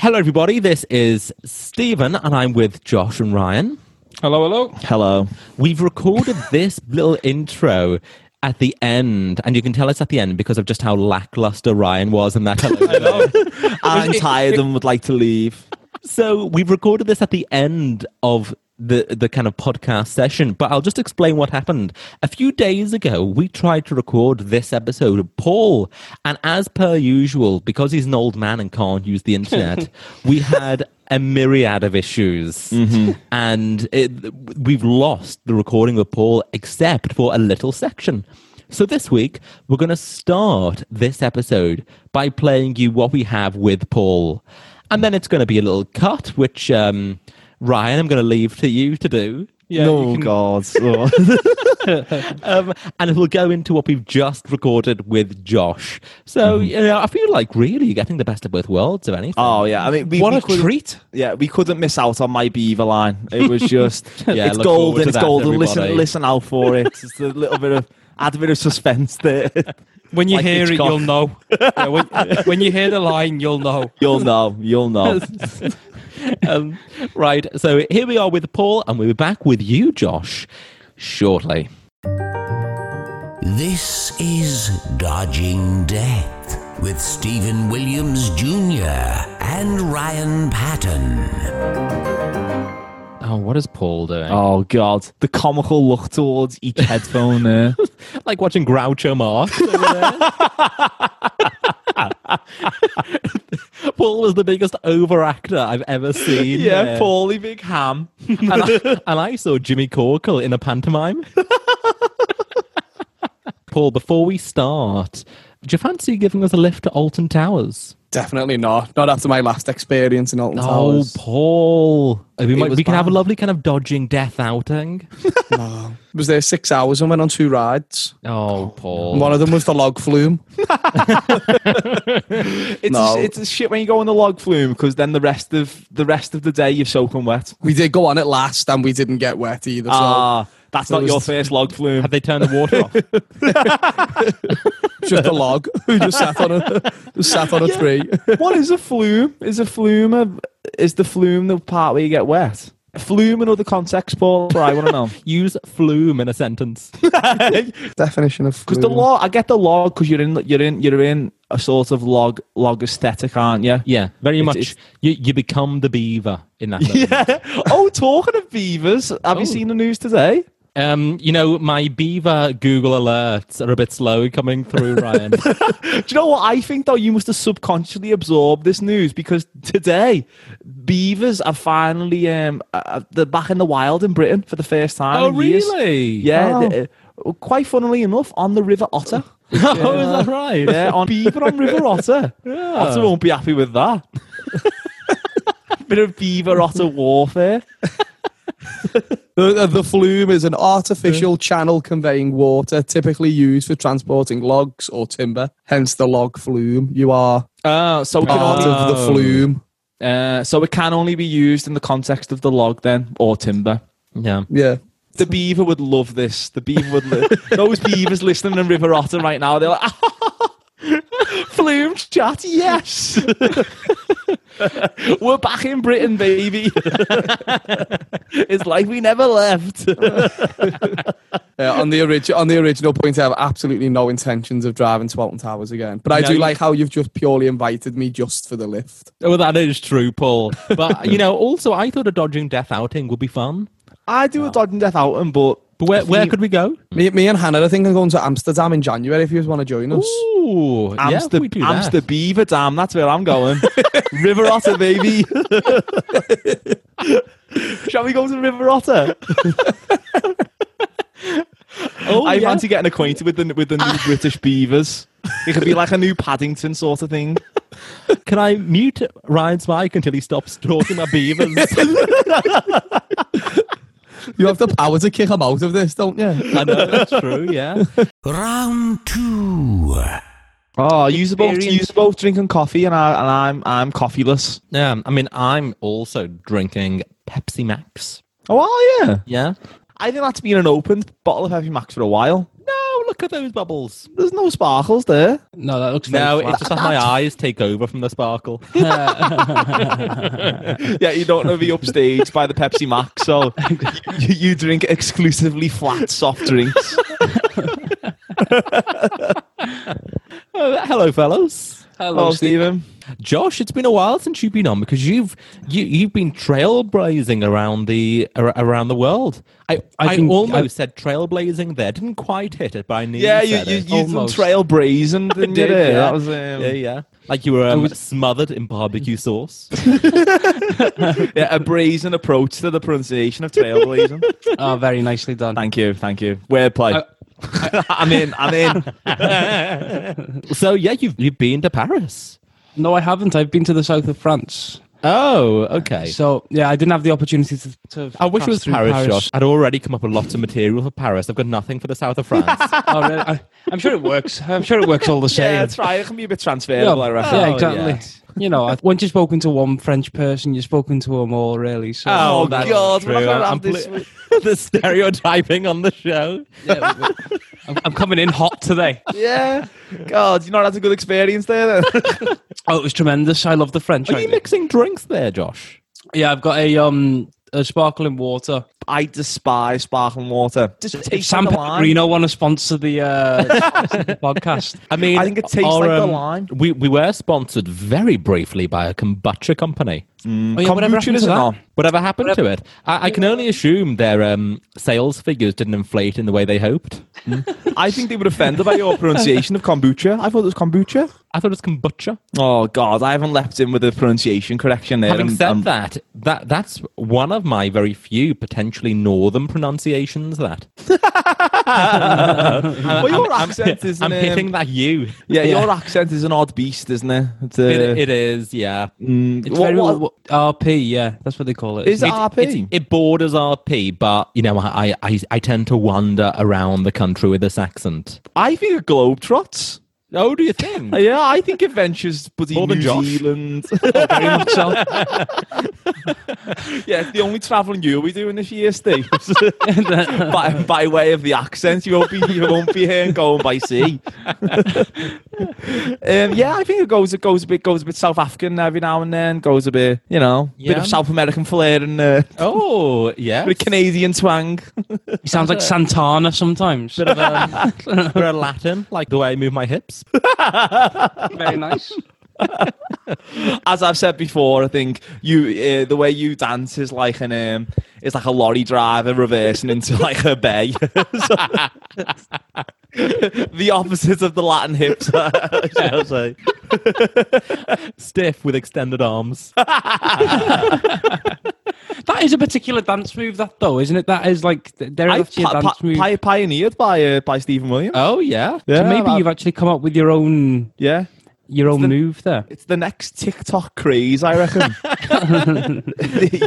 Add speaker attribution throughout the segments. Speaker 1: Hello, everybody. This is Stephen, and I'm with Josh and Ryan.
Speaker 2: Hello, hello.
Speaker 3: Hello.
Speaker 1: We've recorded this little intro at the end, and you can tell us at the end because of just how lackluster Ryan was and that. hello.
Speaker 3: I'm tired and would like to leave.
Speaker 1: so we've recorded this at the end of the the kind of podcast session, but I'll just explain what happened. A few days ago, we tried to record this episode of Paul, and as per usual, because he's an old man and can't use the internet, we had a myriad of issues,
Speaker 3: Mm-hmm.
Speaker 1: and it, we've lost the recording of Paul except for a little section. So this week, we're going to start this episode by playing you what we have with Paul. And then it's going to be a little cut, which, um, Ryan, I'm going to leave to you to do.
Speaker 2: Yeah,
Speaker 3: no,
Speaker 2: you can-
Speaker 3: God.
Speaker 1: Um, and it'll go into what we've just recorded with Josh. So,
Speaker 2: Mm-hmm.
Speaker 1: you know, I feel like really you're getting the best of both worlds, if anything.
Speaker 3: oh, yeah. I mean, we,
Speaker 2: What
Speaker 3: we
Speaker 2: a
Speaker 3: couldn't-
Speaker 2: treat.
Speaker 3: Yeah, we couldn't miss out on my beaver line. It was just,
Speaker 1: Yeah,
Speaker 3: it's
Speaker 1: look forward
Speaker 3: golden.
Speaker 1: to
Speaker 3: It's
Speaker 1: that,
Speaker 3: golden.
Speaker 1: everybody.
Speaker 3: Listen, listen out for it. It's a little bit of, add a bit of suspense there.
Speaker 2: When you
Speaker 3: Like
Speaker 2: hear it,
Speaker 3: Hitchcock.
Speaker 2: you'll know. Yeah, when, when you hear the line, you'll know.
Speaker 3: You'll know. You'll know.
Speaker 1: um, right. So here we are with Paul, and we'll be back with you, Josh, shortly.
Speaker 4: This is Dodging Death with Stephen Williams Jr. and Ryan Patton.
Speaker 1: Oh, what is Paul doing?
Speaker 3: Oh, God. The comical look towards each headphone eh? there.
Speaker 1: Like watching Groucho Marx. over there. Paul was the biggest overactor I've ever seen.
Speaker 3: Paulie Big Ham.
Speaker 1: and, I, and I saw Jimmy Corkle in a pantomime. Paul, before we start, do you fancy giving us a lift to Alton Towers?
Speaker 5: Definitely not. Not after my last experience in Alton
Speaker 1: Oh,
Speaker 5: Towers.
Speaker 1: Paul. We, might,
Speaker 3: was
Speaker 1: we can have a
Speaker 3: bad.
Speaker 1: lovely kind of dodging death outing.
Speaker 5: was there six hours and went on two rides.
Speaker 1: Oh, Paul.
Speaker 5: One of them was the log flume.
Speaker 3: It's,
Speaker 5: No.
Speaker 3: a, it's a shit when you go on the log flume because then the rest of the rest of the day you're soaking wet.
Speaker 5: We did go on it last and we didn't get wet either. So
Speaker 3: Ah, that's not
Speaker 5: was-
Speaker 3: your first log flume.
Speaker 1: Have they turned the water off?
Speaker 5: just a log who just sat on a just sat on a tree.
Speaker 3: what is a flume? Is a flume a, is the flume the part where you get wet? Flume and other context, Paul. That's what I want to know
Speaker 1: Use flume in a sentence.
Speaker 5: Definition of
Speaker 3: because the log. I get the log because you're in you're in you're in a sort of log log aesthetic, aren't you?
Speaker 1: Yeah, very
Speaker 3: It's-
Speaker 1: much.
Speaker 3: it's-
Speaker 1: you, you become the beaver in that. moment.
Speaker 3: Yeah. Oh, talking of beavers, have
Speaker 1: Oh.
Speaker 3: you seen the news today?
Speaker 1: Um, you know, my beaver Google alerts are a bit slow coming through, Ryan.
Speaker 3: Do you know what I think though? You must have subconsciously absorbed this news because today beavers are finally um uh, they're back in the wild in Britain for the first time.
Speaker 1: oh,
Speaker 3: in years.
Speaker 1: really?
Speaker 3: Yeah. they- uh, quite funnily enough, on the River Otter.
Speaker 1: oh, is that right?
Speaker 3: Yeah, on beaver on River Otter. Otter won't be happy with that. Bit of beaver otter warfare.
Speaker 5: The, uh, the flume is an artificial channel conveying water typically used for transporting logs or timber, hence the log flume. You are
Speaker 3: Uh, so, it can
Speaker 5: part
Speaker 3: only,
Speaker 5: of the flume.
Speaker 3: uh, so it can only be used in the context of the log then, or timber.
Speaker 1: Yeah.
Speaker 5: Yeah.
Speaker 3: The beaver would love this. The beaver would. Li- Those beavers listening in River Otter right now, they're like, flume chat, yes. We're back in Britain, baby. it's like we never left.
Speaker 5: Yeah, Uh, on the origi- on the original point, I have absolutely no intentions of driving to Alton Towers again. But I
Speaker 1: No,
Speaker 5: do
Speaker 1: you-
Speaker 5: like how you've just purely invited me just for the lift.
Speaker 1: Oh, that is true, Paul. But you know, also I thought a dodging death outing would be fun.
Speaker 3: I do a dodging death outing, but
Speaker 1: But where, where could we go?
Speaker 5: Me, me and Hannah, I think I'm going to Amsterdam in January if you want to join us.
Speaker 1: Ooh,
Speaker 3: Amster,
Speaker 1: yeah, we do that.
Speaker 3: Amster Beaver Dam. That's where I'm going. River Otter, baby. Shall we go to River Otter?
Speaker 1: Oh,
Speaker 3: I
Speaker 1: yeah.
Speaker 3: fancy getting acquainted with the with the new British beavers. It could be like a new Paddington sort of thing.
Speaker 1: Can I mute Ryan's mic until he stops talking about beavers?
Speaker 5: You have the power to kick him out of this, don't you?
Speaker 1: I know that's true. Yeah.
Speaker 4: Round two.
Speaker 3: Oh, use both
Speaker 1: Experience.
Speaker 3: use both drinking coffee, and I and I'm I'm coffeeless.
Speaker 1: Um, I mean, I'm also drinking Pepsi Max.
Speaker 3: Oh, are you?
Speaker 1: Yeah.
Speaker 3: I think that's been an opened bottle of Heavy Max for a while.
Speaker 1: No, look at those bubbles.
Speaker 3: There's no sparkles there.
Speaker 2: No, that looks very
Speaker 1: No,
Speaker 2: flat.
Speaker 1: it's just that my eyes take over from the sparkle.
Speaker 3: yeah, you don't want to be upstaged by the Pepsi Max, so you, you drink exclusively flat soft drinks.
Speaker 1: Uh, hello, fellows.
Speaker 3: Hello, Oh, Stephen.
Speaker 1: Josh, it's been a while since you've been on because you've you, you've been trailblazing around the ar- around the world. I I,
Speaker 2: I think-
Speaker 1: almost
Speaker 2: I-
Speaker 1: said trailblazing there. Didn't quite hit it, but I nearly
Speaker 3: Yeah, you
Speaker 1: said
Speaker 3: you
Speaker 1: it.
Speaker 3: you done
Speaker 2: Almost.
Speaker 3: trail brazen, didn't you?
Speaker 1: did,
Speaker 3: there?
Speaker 1: yeah.
Speaker 3: That was um,
Speaker 1: yeah, yeah. Like you were um,
Speaker 2: was-
Speaker 1: smothered in barbecue sauce.
Speaker 3: yeah, a brazen approach to the pronunciation of trail blazing.
Speaker 2: Oh, very nicely done.
Speaker 3: thank you, thank you. Wordplay.
Speaker 2: Uh,
Speaker 3: I'm in. I'm in.
Speaker 1: so yeah, you've you've been to Paris.
Speaker 2: No, I haven't. I've been to the south of France.
Speaker 1: Oh, okay.
Speaker 2: So yeah, I didn't have the opportunity to. to
Speaker 1: I wish it
Speaker 2: pass
Speaker 1: was
Speaker 2: through
Speaker 1: Paris, Josh. I'd already come up with lots of material for Paris. I've got nothing for the south of France.
Speaker 2: Oh, really? I, am sure it works. I'm sure it works all the same.
Speaker 3: Yeah, it's right. It can be a bit transferable, I reckon.
Speaker 2: yeah,
Speaker 1: Oh,
Speaker 2: exactly. You know, I- once you've spoken to one French person, you've spoken to them all, really. So,
Speaker 3: Oh,
Speaker 1: that's
Speaker 3: God,
Speaker 1: true.
Speaker 3: we're not gonna
Speaker 1: I'm
Speaker 3: have this-
Speaker 1: ple- the stereotyping on the show.
Speaker 2: Yeah, we- I'm, I'm coming in hot today.
Speaker 3: Yeah. God, you know that's a good experience there. Then.
Speaker 2: Oh, it was tremendous. I love the French.
Speaker 1: Are you
Speaker 2: right?
Speaker 1: mixing drinks there, Josh?
Speaker 2: yeah, I've got a um a sparkling water.
Speaker 3: I despise sparkling water. Just
Speaker 2: If
Speaker 3: tastes
Speaker 2: San
Speaker 3: like a lime.
Speaker 2: Pellegrino want to sponsor the, uh, sponsor the podcast,
Speaker 1: I mean,
Speaker 3: I think it tastes like
Speaker 2: um,
Speaker 3: the lime.
Speaker 1: We we were sponsored very briefly by a kombucha company.
Speaker 2: oh, yeah, whatever
Speaker 3: Mm. Kombucha
Speaker 2: happened to
Speaker 3: isn't
Speaker 2: that?
Speaker 3: on.
Speaker 1: Whatever happened to it? I, I can only assume their um, sales figures didn't inflate in the way they hoped.
Speaker 3: I think they were offended by your pronunciation of kombucha. I thought it was kombucha.
Speaker 1: I thought it was kombucha.
Speaker 3: Oh God, I haven't left in with a pronunciation correction there.
Speaker 1: Having
Speaker 3: I'm-
Speaker 1: said
Speaker 3: I'm-
Speaker 1: that, that that's one of my very few potentially northern pronunciations. That
Speaker 3: well, your accent is.
Speaker 1: I'm
Speaker 3: um,
Speaker 1: hitting uh, that you.
Speaker 3: Yeah, your accent is an odd beast, isn't it? It's, uh,
Speaker 1: It, it is, yeah.
Speaker 3: mm,
Speaker 2: It's
Speaker 3: what-
Speaker 2: very
Speaker 3: what-
Speaker 2: what- RP. Yeah, that's what they call it.
Speaker 3: is it
Speaker 1: It-
Speaker 3: RP?
Speaker 1: it's- It borders RP, but you know, I, I I tend to wander around the country with this accent.
Speaker 3: I think it globetrots.
Speaker 1: Oh, do you think?
Speaker 3: Uh, Yeah, I think it ventures, buddy,
Speaker 1: More than
Speaker 3: New
Speaker 1: Josh. Oh,
Speaker 3: Zealand.
Speaker 2: very much so.
Speaker 3: yeah, it's the only travelling you'll be doing this year, Steve. by, by way of the accent, you won't be you won't be here and going by sea. um, yeah, I think it goes it goes a bit goes a bit South African every now and then. Goes a bit you know bit
Speaker 1: Yeah.
Speaker 3: of South American flair and uh,
Speaker 1: oh, yeah.
Speaker 3: bit of Canadian twang.
Speaker 2: He sounds like Santana sometimes.
Speaker 1: For a Latin, like the way I move my hips.
Speaker 2: very nice.
Speaker 3: As I've said before, I think you uh, the way you dance is like an um, is like a lorry driver reversing into like a bay. So- the opposite of the Latin hips. shall I say.
Speaker 1: Stiff with extended arms.
Speaker 2: That is a particular dance move, that though, isn't it? That is like th- there
Speaker 3: I
Speaker 2: is actually a
Speaker 3: pi-
Speaker 2: dance
Speaker 3: pi-
Speaker 2: move.
Speaker 3: pi- pioneered by uh, by Stephen Williams.
Speaker 1: Oh, yeah.
Speaker 3: Yeah,
Speaker 2: so maybe
Speaker 3: that-
Speaker 2: you've actually come up with your own
Speaker 3: yeah.
Speaker 2: your own
Speaker 3: the-
Speaker 2: move there.
Speaker 3: It's the next TikTok craze, I reckon.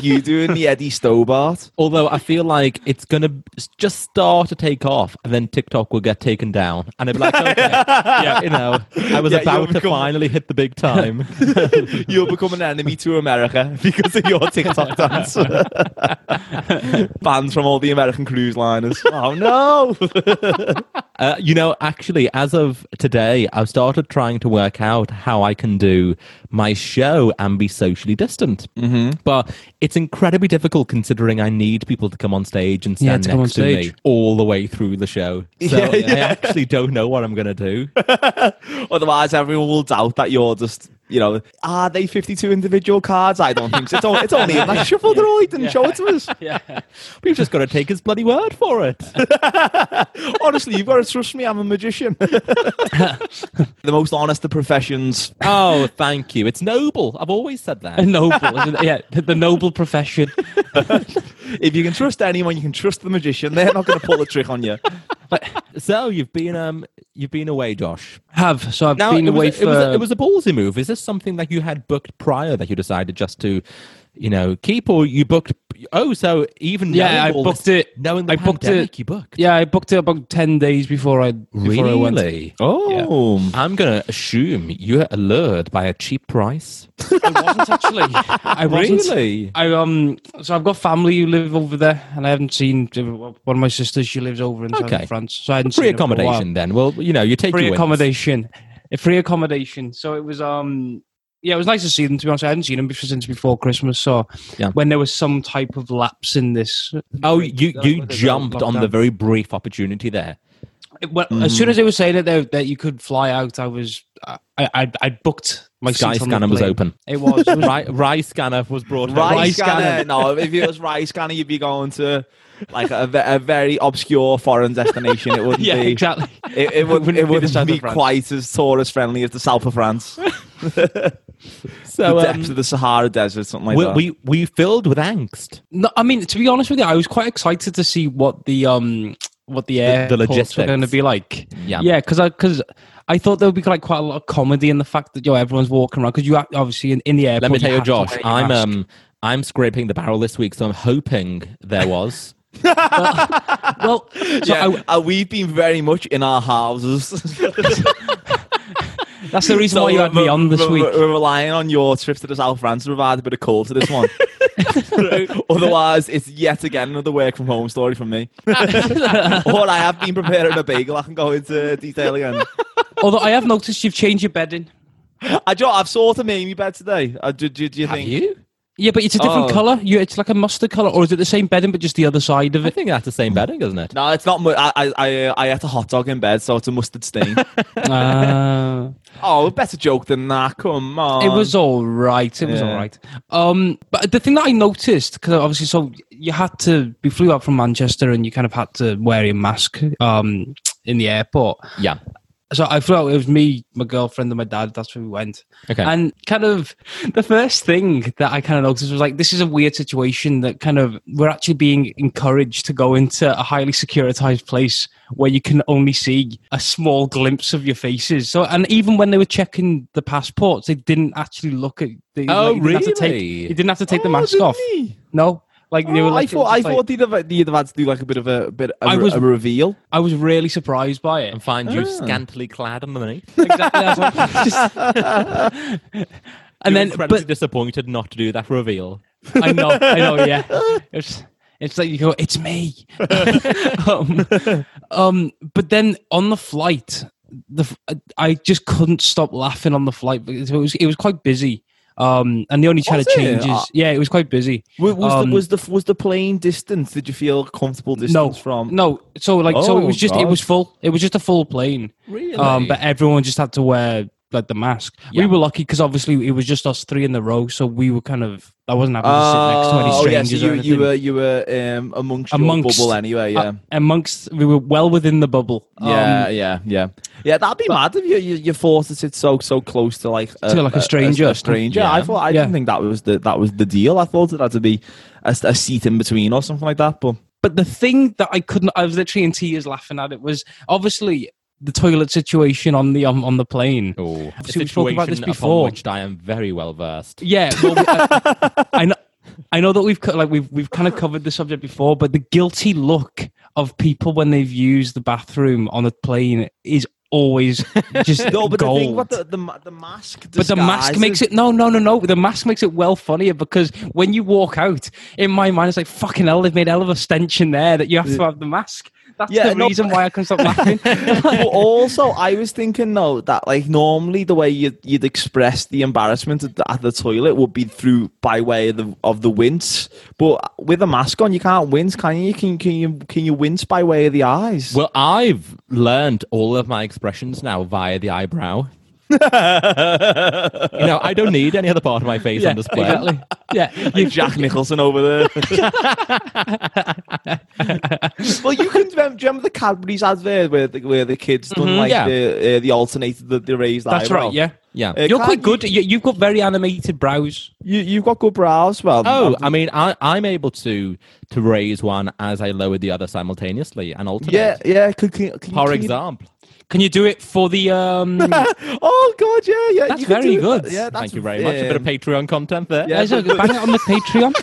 Speaker 3: you doing the Eddie Stobart?
Speaker 1: Although I feel like it's going to just start to take off and then TikTok will get taken down. And it'll be like, okay, yeah, you know, I was
Speaker 3: Yeah,
Speaker 1: about
Speaker 3: you'll
Speaker 1: to
Speaker 3: become-
Speaker 1: finally hit the big time.
Speaker 3: You'll become an enemy to America because of your TikTok dance. Banned from all the American cruise liners. Oh no!
Speaker 1: Uh, you know, actually, as of today, I've started trying to work out how I can do my show and be socially distant. Mm-hmm. But it's incredibly difficult considering I need people to come on stage and
Speaker 2: Yeah,
Speaker 1: stand
Speaker 2: to come on
Speaker 1: next to me
Speaker 2: stage.
Speaker 1: all the way through the show. So
Speaker 3: Yeah, yeah.
Speaker 1: I actually don't know what I'm going to do.
Speaker 3: Otherwise, everyone will doubt that you're just. You know, are they 52 individual cards? I don't think so. It's, on, it's only in that shuffle droid and show it to us.
Speaker 1: We've just got to take his bloody word for it.
Speaker 3: Honestly, you've got to trust me. I'm a magician. the most honest of professions.
Speaker 1: oh, thank you. It's noble. I've always said
Speaker 2: A
Speaker 1: that.
Speaker 2: noble, isn't it? Yeah, the, the noble profession.
Speaker 3: If you can trust anyone, you can trust the magician. They're not going to pull a trick on you.
Speaker 1: So you've been um you've been away, Josh.
Speaker 2: Have so I've
Speaker 1: Now,
Speaker 2: been
Speaker 1: it, was
Speaker 2: away
Speaker 1: a,
Speaker 2: for
Speaker 1: it, was a, it was a ballsy move. Is this something that you had booked prior that you decided just to, you know, keep, or you booked Oh, so even
Speaker 2: Yeah,
Speaker 1: knowing
Speaker 2: I
Speaker 1: all
Speaker 2: booked
Speaker 1: this-
Speaker 2: it.
Speaker 1: Knowing the
Speaker 2: I booked it.
Speaker 1: pandemic, you booked.
Speaker 2: Yeah, I booked it about ten days before I before I went.
Speaker 1: Really? Oh, I'm gonna assume you're allured by a cheap price.
Speaker 2: I wasn't actually. I wasn't.
Speaker 1: Really?
Speaker 2: I um. So I've got family who live over there, and I haven't seen one of my sisters. She lives over in southern
Speaker 1: Okay.
Speaker 2: France, so I hadn't
Speaker 1: Free
Speaker 2: seen her for a while.
Speaker 1: accommodation, then. Well, you know, you take
Speaker 2: free
Speaker 1: your wins.
Speaker 2: accommodation, A free accommodation. So it was um. Yeah, it was nice to see them. To be honest, I hadn't seen them before, since before Christmas. So
Speaker 1: Yeah.
Speaker 2: when there was some type of lapse in this,
Speaker 1: Oh, you
Speaker 2: Uh,
Speaker 1: you
Speaker 2: with the
Speaker 1: jumped on the
Speaker 2: lockdown.
Speaker 1: very brief opportunity there.
Speaker 2: It- well,
Speaker 1: Mm.
Speaker 2: as soon as they were saying that they, that you could fly out, I was I I, I booked my
Speaker 1: Sky
Speaker 2: seat on the
Speaker 1: scanner was
Speaker 2: plane.
Speaker 1: open.
Speaker 2: It was. It was
Speaker 1: Rye, Rye scanner was brought. home.
Speaker 3: Rye,
Speaker 2: Rye
Speaker 3: scanner.
Speaker 2: scanner.
Speaker 3: No, if it was Rye scanner, you'd be going to like a, ve- a very obscure foreign destination. It wouldn't
Speaker 2: yeah,
Speaker 3: be.
Speaker 2: exactly.
Speaker 3: It, it wouldn't,
Speaker 2: Wouldn't be
Speaker 3: it
Speaker 2: the
Speaker 3: wouldn't
Speaker 2: south of
Speaker 3: be
Speaker 2: France.
Speaker 3: quite as tourist friendly as the south of France,
Speaker 1: So
Speaker 3: the
Speaker 1: um,
Speaker 3: depths of the Sahara Desert, something like
Speaker 1: we,
Speaker 3: that.
Speaker 1: we we filled with angst.
Speaker 2: No, I mean to be honest with you, I was quite excited to see what the um what the air
Speaker 1: the
Speaker 2: were going to
Speaker 1: logistics.
Speaker 2: be like.
Speaker 1: Yeah.
Speaker 2: yeah, because I because I thought there would be like quite a lot of comedy in the fact that yo everyone's walking around because you ha- obviously in, in the airport.
Speaker 1: Let me tell you,
Speaker 2: have to
Speaker 1: Josh,
Speaker 2: wear your
Speaker 1: I'm
Speaker 2: mask.
Speaker 1: um I'm scraping the barrel this week, so I'm hoping there was.
Speaker 2: well. So
Speaker 3: yeah,
Speaker 2: I-
Speaker 3: uh, we've been very much in our houses.
Speaker 2: that's the reason why you had me on this
Speaker 3: we're-
Speaker 2: week.
Speaker 3: We're relying on your trip to the South France to provide a bit of call to this one. Otherwise, it's yet again another work from home story from me. or I have been preparing a bagel. I can go into detail again.
Speaker 2: Although I have noticed you've changed your bedding.
Speaker 3: I do, I've sort of made my bed today. I do, do, do you
Speaker 1: Have
Speaker 3: think?
Speaker 1: you?
Speaker 2: Yeah, but it's a different
Speaker 3: Oh.
Speaker 2: color. You, it's like a mustard color, or is it the same bedding but just the other side of
Speaker 1: I
Speaker 2: it?
Speaker 1: think that's the same bedding, isn't it?
Speaker 3: No, it's not. Mu- I, I, I, uh, I ate a hot dog in bed, so it's a mustard stain.
Speaker 2: Ah.
Speaker 3: oh, better joke than that. Come on.
Speaker 2: It was all right. It was
Speaker 3: Yeah.
Speaker 2: all right. Um, but the thing that I noticed, because obviously, so you had to, we flew out from Manchester and you kind of had to wear a mask um, in the airport.
Speaker 1: Yeah.
Speaker 2: So I flew out, it was me, my girlfriend, and my dad. That's where we went.
Speaker 1: Okay.
Speaker 2: And kind of the first thing that I kind of noticed was like, this is a weird situation that kind of we're actually being encouraged to go into a highly securitized place where you can only see a small glimpse of your faces. So, and even when they were checking the passports, they didn't actually look at. They,
Speaker 1: Oh,
Speaker 2: you Didn't have to take,
Speaker 1: really?
Speaker 2: you didn't have to take the
Speaker 3: Oh,
Speaker 2: mask
Speaker 3: didn't
Speaker 2: off.
Speaker 3: he?
Speaker 2: No. Like they
Speaker 3: Oh,
Speaker 2: were.
Speaker 3: I
Speaker 2: Like, it
Speaker 3: thought,
Speaker 2: was
Speaker 3: I
Speaker 2: just like-
Speaker 3: thought they'd, have, they'd have had to do like a bit of a bit of
Speaker 2: I
Speaker 3: a,
Speaker 2: was-
Speaker 3: a reveal.
Speaker 2: I was really surprised by it.
Speaker 1: and find you scantily clad underneath.
Speaker 2: exactly. I was like, just- and then,
Speaker 1: incredibly
Speaker 2: but
Speaker 1: disappointed not to do that reveal.
Speaker 2: I know, I know, yeah. It's it's like you go, it's me. um, um, but then on the flight, the f- I just couldn't stop laughing on the flight because it was it was quite busy. Um, and they only tried
Speaker 3: Was
Speaker 2: to
Speaker 3: it?
Speaker 2: change
Speaker 3: Uh,
Speaker 2: is yeah, it was quite busy.
Speaker 3: Was, was,
Speaker 2: Um,
Speaker 3: the, was the was the plane distance? Did you feel comfortable distance
Speaker 2: no
Speaker 3: from?
Speaker 2: no. So like so it
Speaker 3: Oh,
Speaker 2: was just it
Speaker 3: God.
Speaker 2: was full. It was just a full plane.
Speaker 1: Really?
Speaker 2: Um, but everyone just had to wear like the mask.
Speaker 1: Yeah.
Speaker 2: We were lucky because obviously it was just us three in the row, so we were kind of I wasn't having to sit next to any
Speaker 3: Oh, yeah,
Speaker 2: strangers
Speaker 3: so
Speaker 2: or
Speaker 3: you,
Speaker 2: anything.
Speaker 3: you were you were um, amongst,
Speaker 2: Amongst-
Speaker 3: your bubble anyway. Yeah.
Speaker 2: uh, amongst we were well within the bubble. Um,
Speaker 3: yeah, yeah, yeah, yeah. That'd be mad if you you, you forced to sit so so close to like a,
Speaker 2: To, like, a stranger.
Speaker 3: A, stranger.
Speaker 1: Yeah.
Speaker 3: I thought I
Speaker 2: Yeah.
Speaker 3: didn't think that was the that was the deal. I thought it had to be a, a seat in between or something like that. But
Speaker 2: But the thing that I couldn't, I was literally in tears laughing at it was obviously the toilet situation on the um, on the plane.
Speaker 1: Oh, a
Speaker 2: So we spoke about this
Speaker 1: situation upon
Speaker 2: before.
Speaker 1: which I am very well versed.
Speaker 2: Yeah, well, we- I, I know. I know that we've co- like we've we've kind of covered the subject before, but the guilty look of people when they've used the bathroom on a plane is always just
Speaker 3: no, but
Speaker 2: gold.
Speaker 3: the thing with the the, ma- the mask.
Speaker 2: But the mask makes it no, no, no, no. The mask makes it well funnier because when you walk out, in my mind, it's like fucking hell. They've made hell of a stench in there that you have to have the mask. That's
Speaker 3: Yeah,
Speaker 2: the
Speaker 3: no,
Speaker 2: reason why I can stop laughing.
Speaker 3: but also, I was thinking though that like normally the way you'd, you'd express the embarrassment at the, at the toilet would be through by way of the, of the wince. But with a mask on, you can't wince, can you? Can can you can you wince by way of the eyes?
Speaker 1: Well, I've learned all of my expressions now via the eyebrow. you know, I don't need any other part of my face on display.
Speaker 2: exactly. Yeah,
Speaker 3: Like Jack Nicholson over there. well, you can remember, do you remember the Cadbury's advert where the, where the kids done like
Speaker 1: yeah.
Speaker 3: the uh, the alternated the, the raised
Speaker 2: that's
Speaker 3: eyebrow.
Speaker 2: right. Yeah,
Speaker 1: Yeah.
Speaker 3: Uh,
Speaker 2: you're
Speaker 3: can't
Speaker 2: quite
Speaker 3: you-
Speaker 2: good. You, you've got very animated brows.
Speaker 3: You you've got good brows. Well,
Speaker 1: Oh,
Speaker 3: I've-
Speaker 1: I mean, I, I'm able to to raise one as I lower the other simultaneously and alternate.
Speaker 3: yeah, yeah. Can, can, can,
Speaker 1: For
Speaker 3: can you-
Speaker 1: example,
Speaker 2: Can you do it for the? um
Speaker 3: Oh God, yeah, yeah.
Speaker 2: That's
Speaker 3: you can
Speaker 2: very
Speaker 3: do it.
Speaker 2: good.
Speaker 3: Yeah, that's
Speaker 1: thank you very much. A bit of
Speaker 3: um,
Speaker 1: Patreon content there.
Speaker 3: Yeah.
Speaker 2: guys, look, bang it on the Patreon.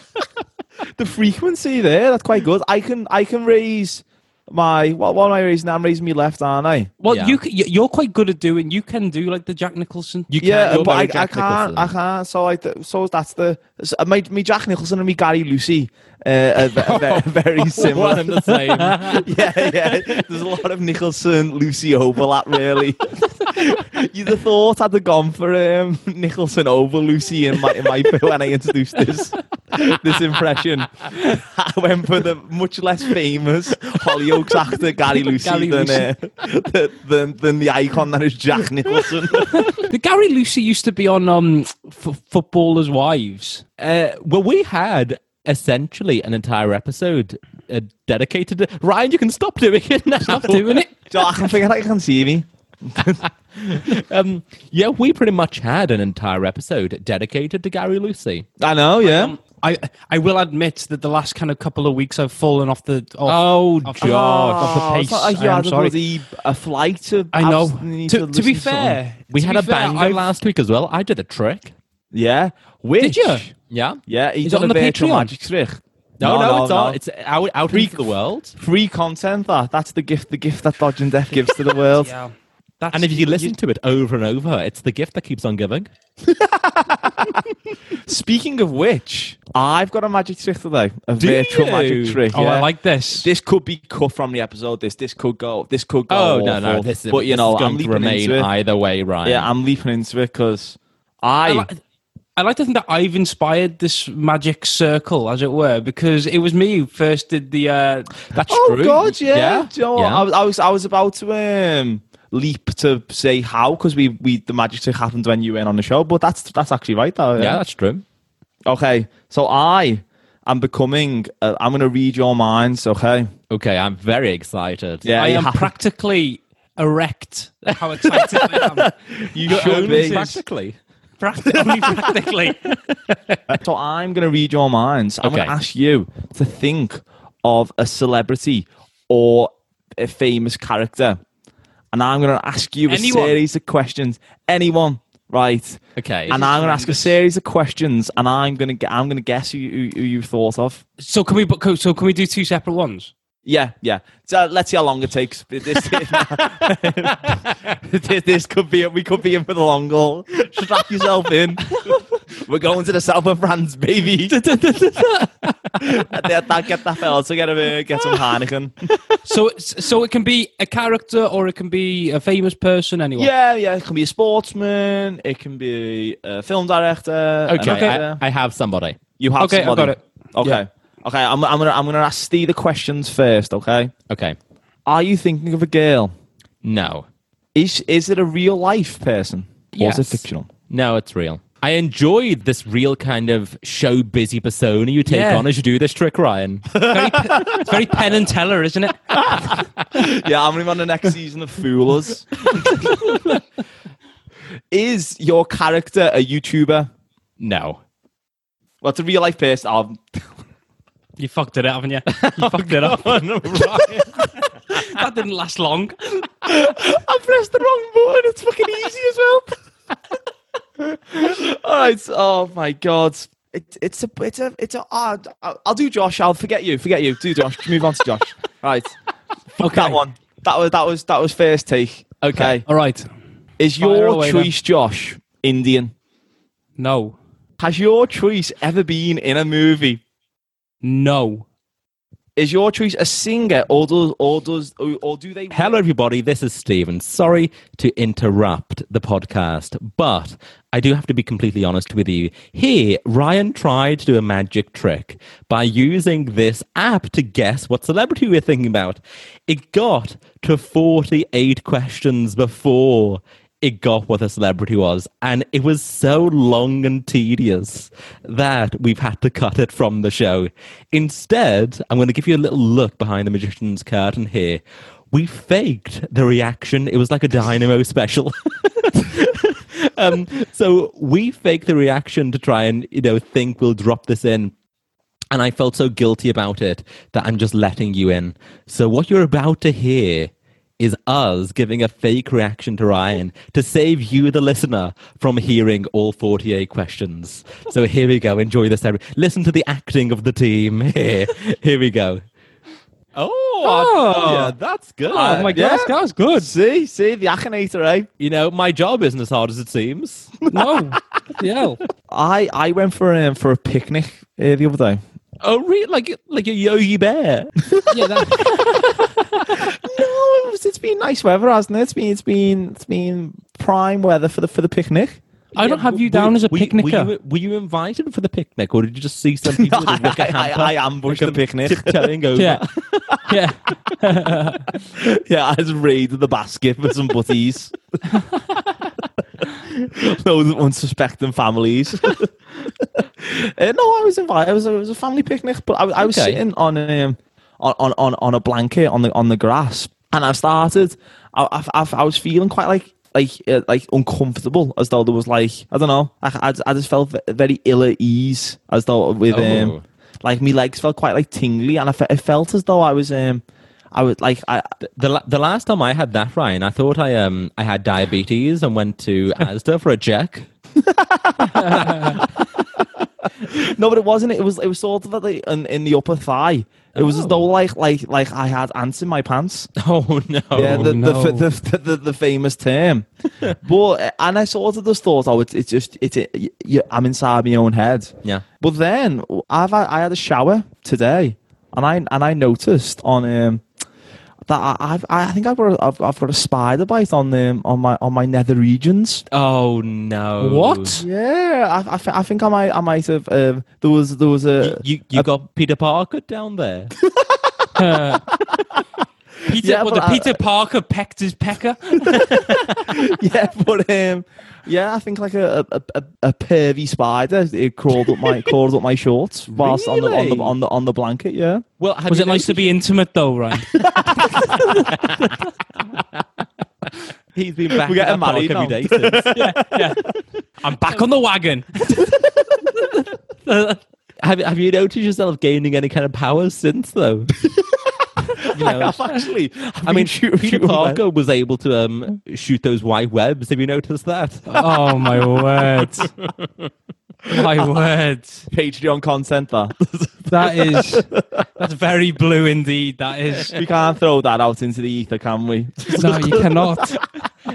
Speaker 3: the frequency there, that's quite good. I can I can raise my what what am I raising? I'm raising my left, aren't I?
Speaker 2: Well,
Speaker 1: Yeah.
Speaker 2: you c- y- you're quite good at doing. You can do like the Jack Nicholson.
Speaker 1: You
Speaker 3: Yeah,
Speaker 1: you're
Speaker 3: but I,
Speaker 1: very
Speaker 3: I
Speaker 1: Jack
Speaker 3: can't. I
Speaker 1: Nicholson.
Speaker 3: can't. So I th- so that's the so uh, my my Jack Nicholson and my Gary Lucy uh, are ve- ve- very similar.
Speaker 1: One and the same.
Speaker 3: yeah, yeah. There's a lot of Nicholson Lucy overlap, really. You'd have thought I'd have gone for um, Nicholson over Lucy in my in my when I introduced this this impression. I went for the much less famous Hollyoaks actor Gary Lucy
Speaker 2: Gary
Speaker 3: than,
Speaker 2: Lucy.
Speaker 3: Uh, th- than than the icon that is Jack Nicholson.
Speaker 2: The Gary Lucy used to be on um f- Footballers' Wives.
Speaker 1: Uh, well, we had essentially an entire episode uh, dedicated to Ryan. You can stop doing it now.
Speaker 2: Stop doing it.
Speaker 3: so I can figure out I can see me.
Speaker 1: Um, yeah, we pretty much had an entire episode dedicated to Gary Lucy.
Speaker 3: I know, yeah.
Speaker 2: Um, I I will admit that the last kind of couple of weeks I've fallen off the off,
Speaker 1: Oh,
Speaker 2: off,
Speaker 1: George.
Speaker 2: off
Speaker 3: Oh,
Speaker 2: the
Speaker 3: it's
Speaker 2: pace.
Speaker 3: not like you
Speaker 2: I am
Speaker 3: had a
Speaker 2: sorry.
Speaker 3: bloody- a flight to.
Speaker 2: I know.
Speaker 3: abs- need
Speaker 2: To, to be
Speaker 3: listen something.
Speaker 2: fair,
Speaker 1: we
Speaker 2: to
Speaker 1: had
Speaker 2: be
Speaker 1: a
Speaker 2: fair,
Speaker 1: banger
Speaker 2: I've-
Speaker 1: last week as well. I did a trick.
Speaker 3: yeah. Which,
Speaker 2: Did you?
Speaker 1: Yeah.
Speaker 3: Yeah, he's
Speaker 2: Is it
Speaker 3: on,
Speaker 2: on
Speaker 3: the
Speaker 2: the
Speaker 3: virtual
Speaker 2: Patreon?
Speaker 3: magic trick.
Speaker 1: No, no, it's
Speaker 3: all
Speaker 1: all it's out out into the world.
Speaker 3: free content. That that's the gift. The gift that Dodge and Death gives to the world.
Speaker 2: Yeah. That's,
Speaker 1: And if you listen to it over and over, it's the gift that keeps on giving.
Speaker 3: Speaking of which, I've got a magic trick today. A virtual
Speaker 1: you?
Speaker 3: magic trick.
Speaker 2: oh, I
Speaker 3: yeah.
Speaker 2: like this.
Speaker 3: This could be cut from the episode. This this could go. This could go.
Speaker 1: Oh, no, no,
Speaker 3: awful,
Speaker 1: this is
Speaker 3: but you
Speaker 1: this
Speaker 3: know
Speaker 1: is
Speaker 3: I'm
Speaker 1: going to
Speaker 3: leaping
Speaker 1: remain
Speaker 3: into it.
Speaker 1: either way, Ryan.
Speaker 3: yeah, I'm leaping into it because I.
Speaker 2: I, li- I like to think that I've inspired this magic circle, as it were, because it was me who first did the. Uh,
Speaker 1: that's
Speaker 3: Oh
Speaker 1: true.
Speaker 3: God, yeah. Do you know what?
Speaker 1: Yeah.
Speaker 3: I, was, I was I was about to um leap to say how because we we the magic trick happened when you went on the show, but that's that's actually right though.
Speaker 1: Yeah, that's true.
Speaker 3: Okay, so I am becoming. Uh, I'm going to read your minds. Okay.
Speaker 1: Okay, I'm very excited.
Speaker 3: Yeah,
Speaker 2: I
Speaker 3: you
Speaker 2: am
Speaker 3: have-
Speaker 2: practically erect. How excited I am!
Speaker 3: You
Speaker 2: Your
Speaker 3: should
Speaker 2: own
Speaker 3: be.
Speaker 1: practically.
Speaker 2: practically, practically.
Speaker 3: So I'm going to read your minds. I'm going
Speaker 1: Okay.
Speaker 3: to ask you to think of a celebrity or a famous character, and I'm going to ask you
Speaker 2: Anyone.
Speaker 3: a series of questions. Anyone, right?
Speaker 1: Okay.
Speaker 3: and I'm going to ask a series of questions, and I'm going to get. I'm going to guess who, who, who you thought of.
Speaker 2: So can we? bu- co- So can we do two separate ones?
Speaker 3: Yeah, yeah. So let's see how long it takes. This, this, this could be we could be in for the long haul. Strap yourself in. We're going to the south of France, baby. that, that, get that fella to get, a, get some Heineken.
Speaker 2: So it's- so it can be a character, or it can be a famous person. Anyone?
Speaker 3: Yeah, yeah. It can be a sportsman. It can be a film director. an
Speaker 1: Okay, I,
Speaker 3: actor.
Speaker 1: I have somebody.
Speaker 3: you have
Speaker 2: Okay, I
Speaker 3: somebody.
Speaker 2: got it.
Speaker 3: Okay, okay. I'm, I'm gonna I'm gonna ask Steve the questions first. Okay.
Speaker 1: Okay.
Speaker 3: Are you thinking of a girl?
Speaker 1: No.
Speaker 3: Is is it a real life person? Or is
Speaker 1: Yes.
Speaker 3: it fictional?
Speaker 1: No, it's real. I enjoyed this real kind of show busy persona you take
Speaker 2: Yeah.
Speaker 1: on as you do this trick, Ryan.
Speaker 2: Very pe- it's very Penn and Teller, isn't it?
Speaker 3: yeah, I'm gonna be on the next season of Foolers. Is your character a YouTuber?
Speaker 1: No.
Speaker 3: Well, it's a real life person. Oh,
Speaker 2: You fucked it up, haven't you? You fucked it up. that didn't last long.
Speaker 3: I pressed the wrong button. It's fucking easy as well. All right. so- Oh my god. It, it's a it's a it's a. will I'll do Josh. I'll forget you. Forget you. Do Josh. Move on to Josh. Right. Fuck that one. That was that was that was first take.
Speaker 1: Okay.
Speaker 2: All right.
Speaker 3: Is
Speaker 2: Fire
Speaker 3: your
Speaker 2: away then.
Speaker 3: choice, Josh, Indian?
Speaker 2: No.
Speaker 3: Has your choice ever been in a movie?
Speaker 2: No.
Speaker 3: Is your choice a singer, or does, or does, or, or do they?
Speaker 1: Hello, everybody. This is Steven. Sorry to interrupt the podcast, but I do have to be completely honest with you. Here, Ryan tried to do a magic trick by using this app to guess what celebrity we're thinking about. It got to 48 questions before it got what the celebrity was, and it was so long and tedious that we've had to cut it from the show. Instead, I'm going to give you a little look behind the magician's curtain here. We faked the reaction. It was like a Dynamo special. um, so we faked the reaction to try and you know think we'll drop this in. And I felt so guilty about it that I'm just letting you in. So, what you're about to hear is us giving a fake reaction to Ryan to save you, the listener, from hearing all 48 questions. So here we go. Enjoy this. every- Listen to the acting of the team. Here, here we go. Oh,
Speaker 2: Oh.
Speaker 1: yeah, that's good.
Speaker 2: Oh my
Speaker 3: yeah.
Speaker 2: gosh, that was good.
Speaker 3: See, see, the Akinator, eh?
Speaker 1: You know, my job isn't as hard as it seems.
Speaker 2: No, yeah.
Speaker 3: I, I went for um, for a picnic uh, the other day.
Speaker 1: oh, really? Like, like a Yogi Bear.
Speaker 2: yeah that,
Speaker 3: No, it was, it's been nice weather, hasn't it? It's been it's been it's been prime weather for the for the picnic.
Speaker 2: I don't have you down as a
Speaker 1: Were you-
Speaker 2: picnicker.
Speaker 1: Were you, were you invited for the picnic, or did you just see some people with a wicker
Speaker 3: I,
Speaker 1: hamper
Speaker 3: I, I ambushed the picnic.
Speaker 1: tiptoeing over?
Speaker 2: yeah, yeah.
Speaker 3: yeah, I just raided the basket for some butties. Those unsuspecting families. uh, no, I was invited. It was, a- it was a family picnic, but I, was- I was
Speaker 1: Okay.
Speaker 3: sitting on um on, on, on, on a blanket on the on the grass, and I started. I, I, I, I was feeling quite like like uh, like uncomfortable, as though there was like I don't know. I, I, I just felt ve- very ill at ease, as though with
Speaker 1: Oh.
Speaker 3: um like my legs felt quite like tingly, and I fe- it felt as though I was um. I was like I
Speaker 1: The, la- the last time I had that, Ryan, I thought I um I had diabetes and went to Asda for a check.
Speaker 3: No, but it wasn't. It was it was sort of at the, in, in the upper thigh. It was as though like like like I had ants in my pants.
Speaker 1: Oh no!
Speaker 3: yeah, the,
Speaker 2: no.
Speaker 3: the, the, the, the the famous term. but uh, and I sort of just thought, oh, it's it's just it's it, y- y- I'm inside my own head.
Speaker 1: Yeah.
Speaker 3: But then I've had- I had a shower today, and I and I noticed on um that I I've, I think I've got a, I've, I've got a spider bite on um, on my on my nether regions.
Speaker 1: Oh no!
Speaker 2: What?
Speaker 3: Yeah, I, I, thi- I think I might I might have um, there was there was
Speaker 1: You
Speaker 3: a
Speaker 1: you, you got Peter Parker down there?
Speaker 2: Uh, Peter,
Speaker 3: Yeah,
Speaker 2: well,
Speaker 3: but
Speaker 2: the
Speaker 3: I-
Speaker 2: Peter Parker pecked his pecker.
Speaker 3: yeah, but um, yeah, I think like a a, a, a pervy spider it crawled up my crawled up my shorts whilst on the on the
Speaker 1: Really?
Speaker 3: on the on the blanket. Yeah,
Speaker 1: Well, have
Speaker 2: Was
Speaker 1: you
Speaker 2: it nice to
Speaker 1: noticed-
Speaker 2: be intimate though, Ryan?
Speaker 1: He's been back.
Speaker 3: We're
Speaker 1: at that
Speaker 3: getting
Speaker 1: park
Speaker 3: married
Speaker 1: every
Speaker 3: now.
Speaker 1: day since.
Speaker 2: I'm back on the wagon.
Speaker 1: have Have you noticed yourself gaining any kind of powers since though? You know,
Speaker 3: actually.
Speaker 1: I mean,
Speaker 3: shoot-
Speaker 1: Peter
Speaker 3: shoot him
Speaker 1: Parker was able to um, shoot those white webs. Have you noticed that?
Speaker 2: Oh my word! My word!
Speaker 3: Patreon content that
Speaker 2: That is that's very blue indeed. That is
Speaker 3: we can't throw that out into the ether, can we?
Speaker 2: no, you cannot.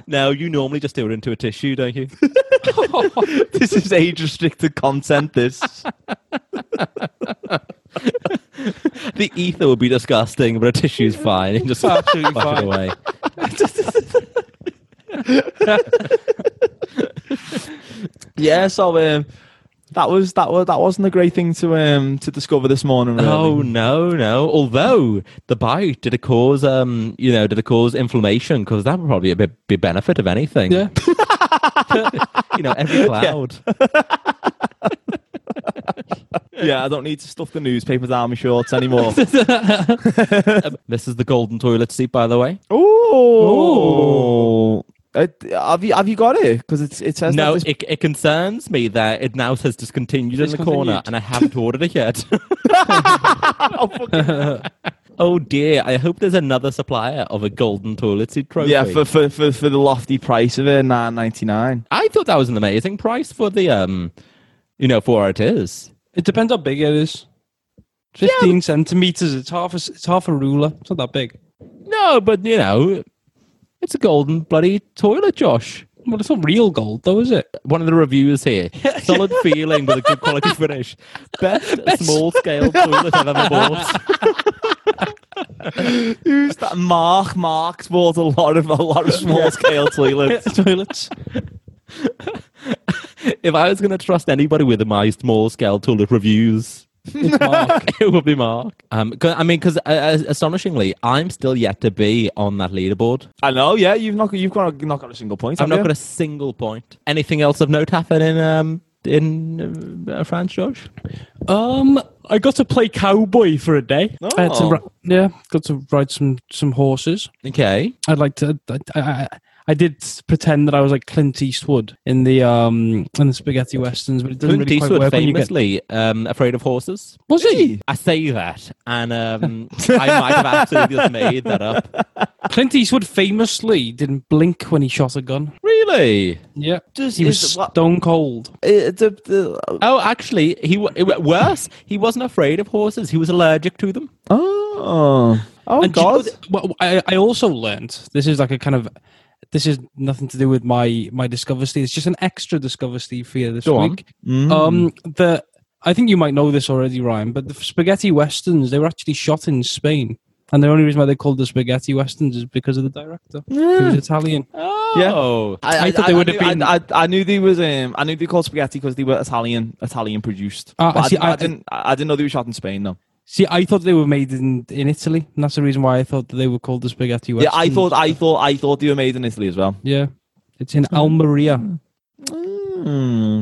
Speaker 1: No, you normally just do it into a tissue, don't you?
Speaker 3: this is age restricted content. This
Speaker 1: the ether would be disgusting, but a tissue's fine. You can just
Speaker 2: Absolutely
Speaker 1: wash
Speaker 2: fine.
Speaker 1: it away.
Speaker 3: yeah, so um, that was that was that wasn't a great thing to um to discover this morning. Really.
Speaker 1: Oh no, no. Although the bite did it cause um, you know, did it cause inflammation? Because that would probably a bit be benefit of anything.
Speaker 2: Yeah.
Speaker 1: you know, every cloud.
Speaker 3: yeah, I don't need to stuff the newspaper down my shorts anymore.
Speaker 1: This is the golden toilet seat, by the way.
Speaker 3: Oh. have you have you got it? Because it's it says
Speaker 1: no,
Speaker 3: that this-
Speaker 1: it, it concerns me that it now says discontinued in the corner,
Speaker 2: Discontinued.
Speaker 1: and I haven't ordered it yet. oh dear! I hope there's another supplier of a golden toilet seat trophy.
Speaker 3: yeah for, for, for, for the lofty price of it nine ninety nine.
Speaker 1: I thought that was an amazing price for the um, you know, for what it is.
Speaker 2: It depends how big it is. Fifteen centimeters. It's half a s- it's half a ruler. It's not that big.
Speaker 1: No, but you know, it's a golden bloody toilet, Josh.
Speaker 2: Well, it's not real gold though, is it?
Speaker 1: One of the reviews here: solid feeling with a good quality finish. Best, small scale toilet I've ever bought.
Speaker 3: Who's that? Mark Mark's bought a lot of a lot of small scale toilets.
Speaker 2: Toilets.
Speaker 1: If I was going to trust anybody with my small scale toilet reviews,
Speaker 2: It's Mark.
Speaker 1: it would be Mark. Um, 'cause- I mean, because uh, uh, astonishingly, I'm still yet to be on that leaderboard.
Speaker 3: I know. Yeah, you've not you've got not got a single point.
Speaker 1: I've
Speaker 3: have
Speaker 1: not
Speaker 3: you?
Speaker 1: got a single point. Anything else of note happen in um in uh, France, Josh?
Speaker 2: Um, I got to play cowboy for a day. I had to
Speaker 3: Oh.
Speaker 2: ri- yeah, got to ride some some horses.
Speaker 1: Okay.
Speaker 2: I'd like to. I, I, I did s- pretend that I was like Clint Eastwood in the um in the spaghetti westerns, but it doesn't
Speaker 1: Clint
Speaker 2: really quite
Speaker 1: Eastwood
Speaker 2: work when you get.
Speaker 1: famously um, afraid of horses.
Speaker 2: Was he?
Speaker 1: I say that, and um, I might have absolutely just made that up.
Speaker 2: Clint Eastwood famously didn't blink when he shot a gun.
Speaker 1: Really?
Speaker 2: Yeah,
Speaker 3: Does-
Speaker 2: he was
Speaker 3: is- what-
Speaker 2: stone cold.
Speaker 3: Uh, the- the-
Speaker 1: Oh, actually, he w- it w- worse. He wasn't afraid of horses. He was allergic to them.
Speaker 3: oh, oh
Speaker 2: And do you know
Speaker 3: God.
Speaker 2: th- well, I, I also learned this is like a kind of this is nothing to do with my my discover Steve. It's just an extra discover Steve for you this
Speaker 1: Go on.
Speaker 2: week. Um, the I think you might know this already, Ryan, but the spaghetti westerns they were actually shot in Spain, and the only reason why they called the spaghetti westerns is because of the director who was Italian.
Speaker 1: Oh,
Speaker 2: I thought they would have
Speaker 3: knew-
Speaker 2: been-
Speaker 3: I, I, I knew they was. Um, I knew they called spaghetti because they were Italian, Italian produced.
Speaker 2: Ah,
Speaker 3: But
Speaker 2: I see,
Speaker 3: didn't- I,
Speaker 2: I-
Speaker 3: didn't. I I didn't know they were shot in Spain though.
Speaker 2: See, I thought they were made in in Italy, and that's the reason why I thought that they were called the spaghetti
Speaker 3: Yeah,
Speaker 2: westerns.
Speaker 3: I thought. I thought. I thought they were made in Italy as well.
Speaker 2: Yeah, it's in Almeria.
Speaker 3: Hmm.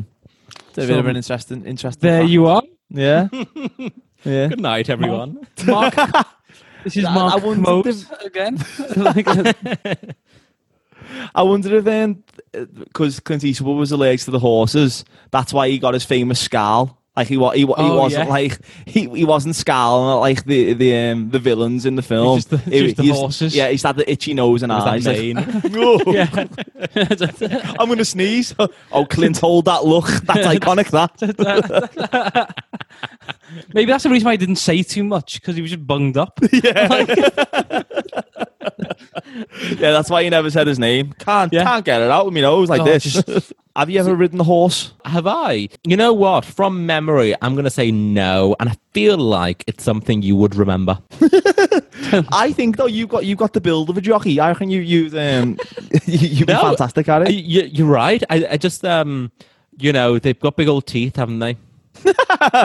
Speaker 3: It's a bit of
Speaker 2: So-
Speaker 3: an interesting, interesting.
Speaker 2: There
Speaker 3: fact.
Speaker 2: you are,
Speaker 3: Yeah. yeah.
Speaker 1: good night, everyone.
Speaker 2: Mark. this is
Speaker 3: I- I
Speaker 2: Mark
Speaker 3: wondered
Speaker 2: Mose again. Like,
Speaker 3: I wonder if then, because Clint Eastwood was allergic to the horses, that's why he got his famous scowl. Like he wa- he, wa- he
Speaker 2: Oh,
Speaker 3: wasn't
Speaker 2: yeah.
Speaker 3: like he, he wasn't scowling at like the the um, the villains in the film.
Speaker 2: It's just the-
Speaker 3: He-
Speaker 2: just the
Speaker 3: he's-
Speaker 2: horses.
Speaker 3: Yeah, he's had the itchy nose and
Speaker 1: Was
Speaker 3: eyes.
Speaker 1: that
Speaker 3: like,
Speaker 1: Maine?
Speaker 3: "Whoa,
Speaker 2: yeah.
Speaker 3: I'm gonna sneeze. oh, Clint, hold that look. That's iconic. That.
Speaker 2: Maybe that's the reason why I didn't say too much because he was just bunged up.
Speaker 3: Yeah, that's why he never said his name. Can't
Speaker 2: Yeah.
Speaker 3: can't get it out with me nose like
Speaker 2: Oh,
Speaker 3: this.
Speaker 2: just-
Speaker 3: Have you ever ridden a horse?
Speaker 1: Have I? You know what? From memory, I'm going to say no, and I feel like it's something you would remember.
Speaker 3: I think though you've got you've got the build of a jockey. I reckon you you um you, you'd be
Speaker 1: No.
Speaker 3: fantastic at it.
Speaker 1: You, you're right. I, I just, um, you know, they've got big old teeth, haven't they?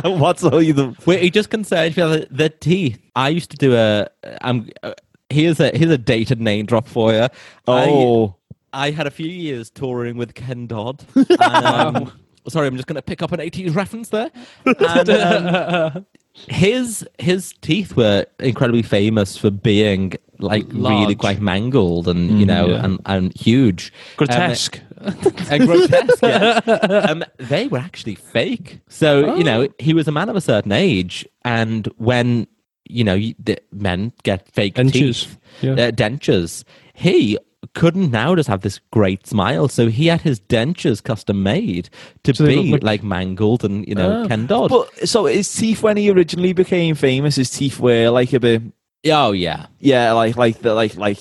Speaker 3: What's all you the
Speaker 1: Wait, he just concerns me about the teeth. I used to do a. I'm. Uh, here's a here's a dated name drop for you.
Speaker 3: Oh.
Speaker 1: I, I had a few years touring with Ken Dodd. And, um, sorry, I'm just going to pick up an 80s reference there. And, um, his his teeth were incredibly famous for being like really
Speaker 2: Large. Mm,
Speaker 1: quite mangled and you know
Speaker 2: yeah.
Speaker 1: and, and huge Um,
Speaker 2: Grotesque.
Speaker 1: and grotesque. yeah. um, they were actually fake. So you
Speaker 2: Oh.
Speaker 1: know, he was a man of a certain age, and when you know you- the men get fake
Speaker 2: Dentures,
Speaker 1: teeth,
Speaker 2: yeah.
Speaker 1: uh, dentures, he couldn't now just have this great smile. So he had his dentures custom made to
Speaker 2: So they
Speaker 1: be
Speaker 2: look
Speaker 1: like,
Speaker 2: like- Oh.
Speaker 1: mangled and you know Ken Dodd.
Speaker 3: But so his teeth when he originally became famous, his teeth were like a bit
Speaker 1: oh yeah.
Speaker 3: yeah, like like the like like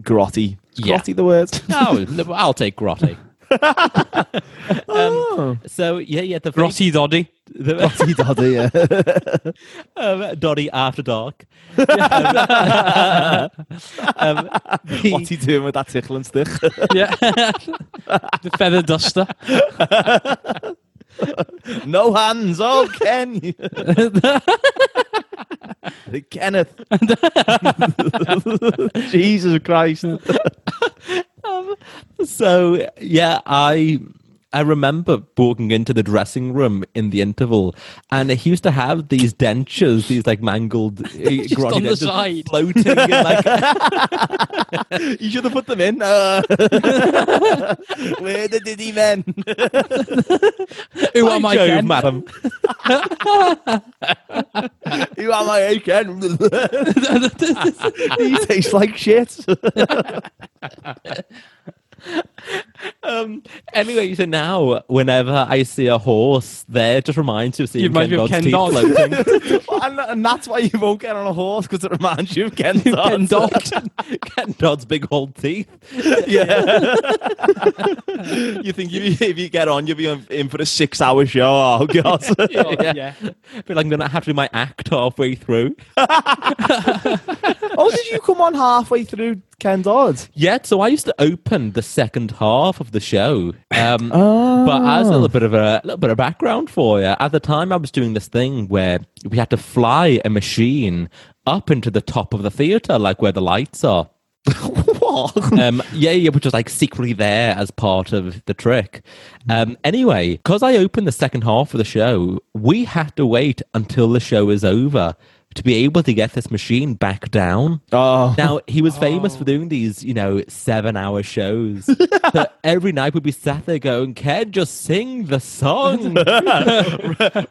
Speaker 3: grotty. Is
Speaker 1: Yeah.
Speaker 3: Grotty the word.
Speaker 1: Oh, I'll take grotty.
Speaker 3: oh.
Speaker 1: So yeah, yeah, the fake-
Speaker 2: Grotty Doddy.
Speaker 1: the,
Speaker 3: Grotty daddy, yeah.
Speaker 1: um, Doddy after dark. um, the-
Speaker 3: What's he doing with that tickling stick?
Speaker 2: Yeah. the feather duster.
Speaker 3: no hands, oh Ken. The Kenneth. Jesus Christ.
Speaker 1: So yeah, I I remember walking into the dressing room in the interval, and he used to have these dentures, these like mangled, uh, grotty
Speaker 2: on the
Speaker 1: dentures
Speaker 2: side.
Speaker 1: floating. and, like,
Speaker 3: You should have put them in. Uh, where the diddy men?
Speaker 2: Who am I,
Speaker 1: Jove,
Speaker 2: Ken?
Speaker 1: madam?
Speaker 3: Who am I, eh, Ken? he tastes like shit.
Speaker 1: Um, anyway, so now whenever I see a horse there, it just reminds you of seeing
Speaker 2: remind
Speaker 1: Ken Dodd's teeth
Speaker 2: me of Ken Dodd.
Speaker 1: floating.
Speaker 3: and, and that's why you won't get on a horse because it reminds you of Ken Dodd.
Speaker 2: Ken Dodd.
Speaker 1: Ken Dodd's big old teeth.
Speaker 3: Yeah. you think if you, if you get on, you'll be in, in for a six-hour show. Oh god.
Speaker 2: yeah.
Speaker 1: Feel like I'm gonna have to do my act halfway through.
Speaker 3: oh, did you come on halfway through Ken Dodd?
Speaker 1: Yeah, so I used to open the second half of the show. Um, But as a little bit of a little bit of background for you, at the time I was doing this thing where we had to fly a machine up into the top of the theater, like where the lights are.
Speaker 3: what?
Speaker 1: Um, yeah, yeah, which was like secretly there as part of the trick. Um, anyway, because I opened the second half of the show, we had to wait until the show is over to be able to get this machine back down.
Speaker 3: Oh,
Speaker 1: Now he was famous for doing these, you know, seven-hour shows. so every night we'd be sat there going, "Ken, just sing the song."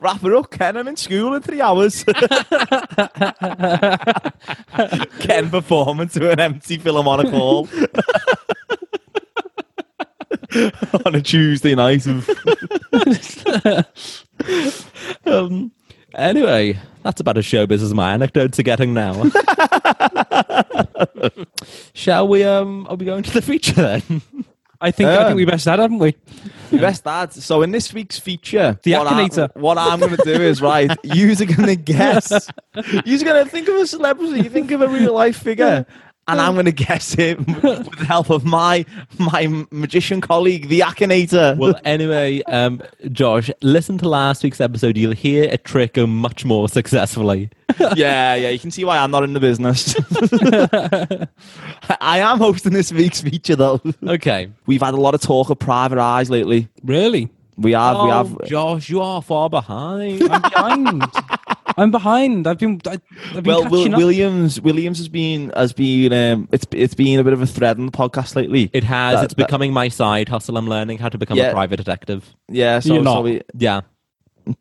Speaker 3: wrap it up, Ken. I'm in school in three hours. Ken performing to an empty Philharmonic hall on a Tuesday night. Of...
Speaker 1: um, anyway, that's about as showbiz as my anecdotes are getting now. Shall we? Um, are we going to the feature then?
Speaker 2: I think I
Speaker 3: Um.
Speaker 2: think we best that, haven't we?
Speaker 3: Best dad. So in this week's feature,
Speaker 2: The
Speaker 3: what, I,
Speaker 2: Akinator.
Speaker 3: what I'm going to do is right. You're going to guess. You're going to think of a celebrity. You think of a real life figure. And I'm going to guess it with the help of my my magician colleague, the Akinator.
Speaker 1: well, anyway, um, Josh, listen to last week's episode. You'll hear a trick go much more successfully.
Speaker 3: yeah, yeah, you can see why I'm not in the business. I- I am hosting this week's feature though.
Speaker 1: Okay,
Speaker 3: We've had a lot of talk of private eyes lately.
Speaker 2: Really?
Speaker 3: We have,
Speaker 2: Oh,
Speaker 3: we have.
Speaker 1: Oh, Josh, you are far behind.
Speaker 2: I'm behind. I'm behind. I've been. I, I've been
Speaker 3: Well, Will,
Speaker 2: catching up.
Speaker 3: Williams, Williams has been has been um, it's it's been a bit of a thread on the podcast lately.
Speaker 1: It has.
Speaker 3: That-
Speaker 1: it's
Speaker 3: that-
Speaker 1: becoming my side hustle. I'm learning how to become
Speaker 3: Yeah.
Speaker 1: a private detective.
Speaker 3: yeah, so,
Speaker 2: You're
Speaker 3: so
Speaker 2: not.
Speaker 3: we,
Speaker 1: Yeah,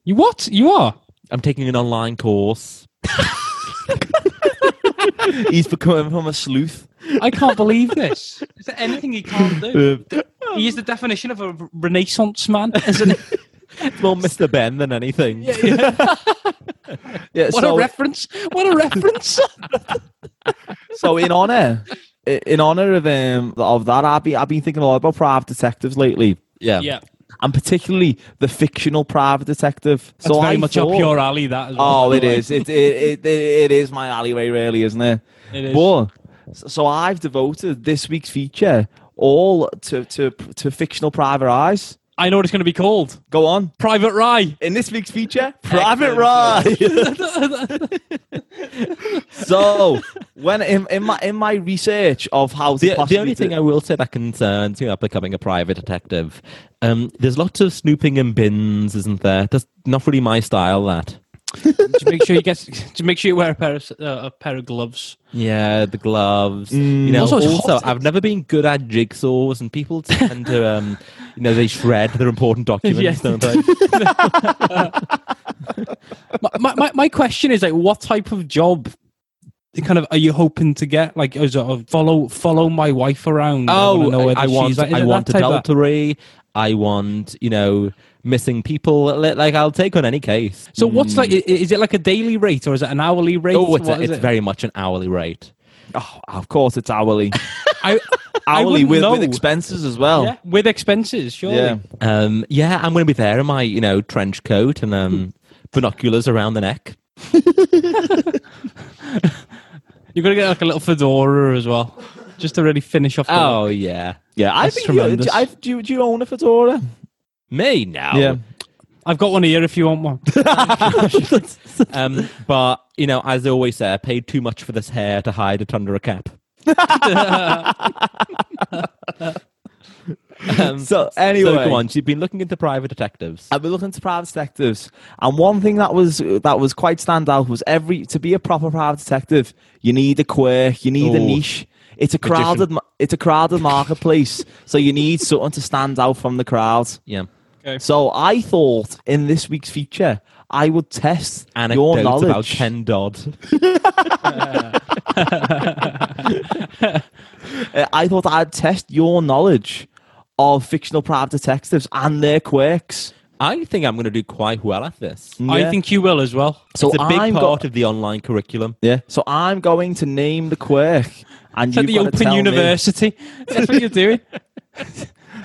Speaker 2: you what? You are.
Speaker 1: I'm taking an online course.
Speaker 3: he's becoming from a sleuth.
Speaker 2: I can't believe this. Is there anything he can't do? He is the definition of a Renaissance man, isn't he?
Speaker 1: It's more Mr. Ben than anything.
Speaker 3: Yeah,
Speaker 2: What
Speaker 3: so,
Speaker 2: a reference! What a reference!
Speaker 3: so in honor in honor of um of that, I've been I've been thinking a lot about private detectives lately.
Speaker 1: yeah.
Speaker 3: And particularly the fictional private detective.
Speaker 2: That's
Speaker 3: so
Speaker 2: very
Speaker 3: I
Speaker 2: much
Speaker 3: thought-
Speaker 2: up your alley. That as well.
Speaker 3: Oh, it is. It, it, it, it is my alleyway, really, isn't it?
Speaker 2: It is.
Speaker 3: But so I've devoted this week's feature all to to, to fictional private eyes.
Speaker 2: I know what it's going to be called.
Speaker 3: Go on.
Speaker 2: Private Rye.
Speaker 3: In this week's feature, private ride. so when in, in my in my research of how to
Speaker 1: The, the
Speaker 3: possibly
Speaker 1: only thing
Speaker 3: do-
Speaker 1: I will say that concerns me about becoming a private detective, um, there's lots of snooping in bins, isn't there? That's not really my style. That.
Speaker 2: to make sure you get to make sure you wear a pair of uh, a pair of gloves.
Speaker 1: Yeah, the gloves. you know,
Speaker 2: Also,
Speaker 1: Mm. also,
Speaker 2: it's hot.
Speaker 1: I've never been good at jigsaws, and people tend to, um, you know, they shred their important documents,
Speaker 2: Yes.
Speaker 1: don't they?
Speaker 2: My, my, my, my question is like, what type of job? Kind of, are you hoping to get like as a follow follow my wife around? wanna know
Speaker 1: Oh,
Speaker 2: whether
Speaker 1: I, I
Speaker 2: she's
Speaker 1: want,
Speaker 2: like- is
Speaker 1: I
Speaker 2: it
Speaker 1: want
Speaker 2: that type of-
Speaker 1: adultery. I want, you know, missing people. Li- Like I'll take on any case.
Speaker 2: So what's like? i- Is it like a daily rate or is it an hourly rate?
Speaker 1: Mm. Oh, it's, a-
Speaker 2: What is
Speaker 1: it's
Speaker 2: it?
Speaker 1: very much an hourly rate.
Speaker 3: Oh, of course it's hourly,
Speaker 2: I, I
Speaker 3: hourly
Speaker 2: wouldn't
Speaker 3: with,
Speaker 2: know.
Speaker 3: with expenses as well.
Speaker 2: yeah, with expenses. Surely.
Speaker 3: Yeah.
Speaker 1: Um, yeah, I'm going to be there in my, you know, trench coat and um, binoculars around the neck.
Speaker 2: You're gonna get like a little fedora as well, just to really finish off. the
Speaker 1: Oh yeah,
Speaker 3: Yeah, I
Speaker 2: That's
Speaker 3: think you,
Speaker 2: tremendous.
Speaker 3: I, do, you- do you own a fedora?
Speaker 1: me now.
Speaker 2: I've got one here if you want one.
Speaker 1: Um, but you know, as I always say, I paid too much for this hair to hide it under a cap. um, so
Speaker 3: So anyway,
Speaker 1: go on. You've been looking into private detectives.
Speaker 3: I've been looking to private detectives, and one thing that was that was quite standout was every to be a proper private detective, you need a quirk, you need a
Speaker 1: Ooh.
Speaker 3: niche. It's a crowded, ma- it's a crowded marketplace, so you need something to stand out from the crowd.
Speaker 1: yeah.
Speaker 3: So I thought in this week's feature, I would test
Speaker 1: Anecdotes
Speaker 3: your knowledge.
Speaker 1: about Ken Dodd.
Speaker 3: Uh, I thought I'd test your knowledge of fictional private detectives and their quirks.
Speaker 1: I think I'm going to do quite well at this.
Speaker 2: I
Speaker 3: Yeah.
Speaker 2: think you will as well.
Speaker 3: so.
Speaker 1: it's a big
Speaker 3: I'm go-
Speaker 1: part of the online curriculum.
Speaker 3: yeah. So I'm going to name the quirk, and
Speaker 2: It's at
Speaker 3: you've
Speaker 2: the
Speaker 3: got to
Speaker 2: Open
Speaker 3: tell me-
Speaker 2: University. That's what you're doing.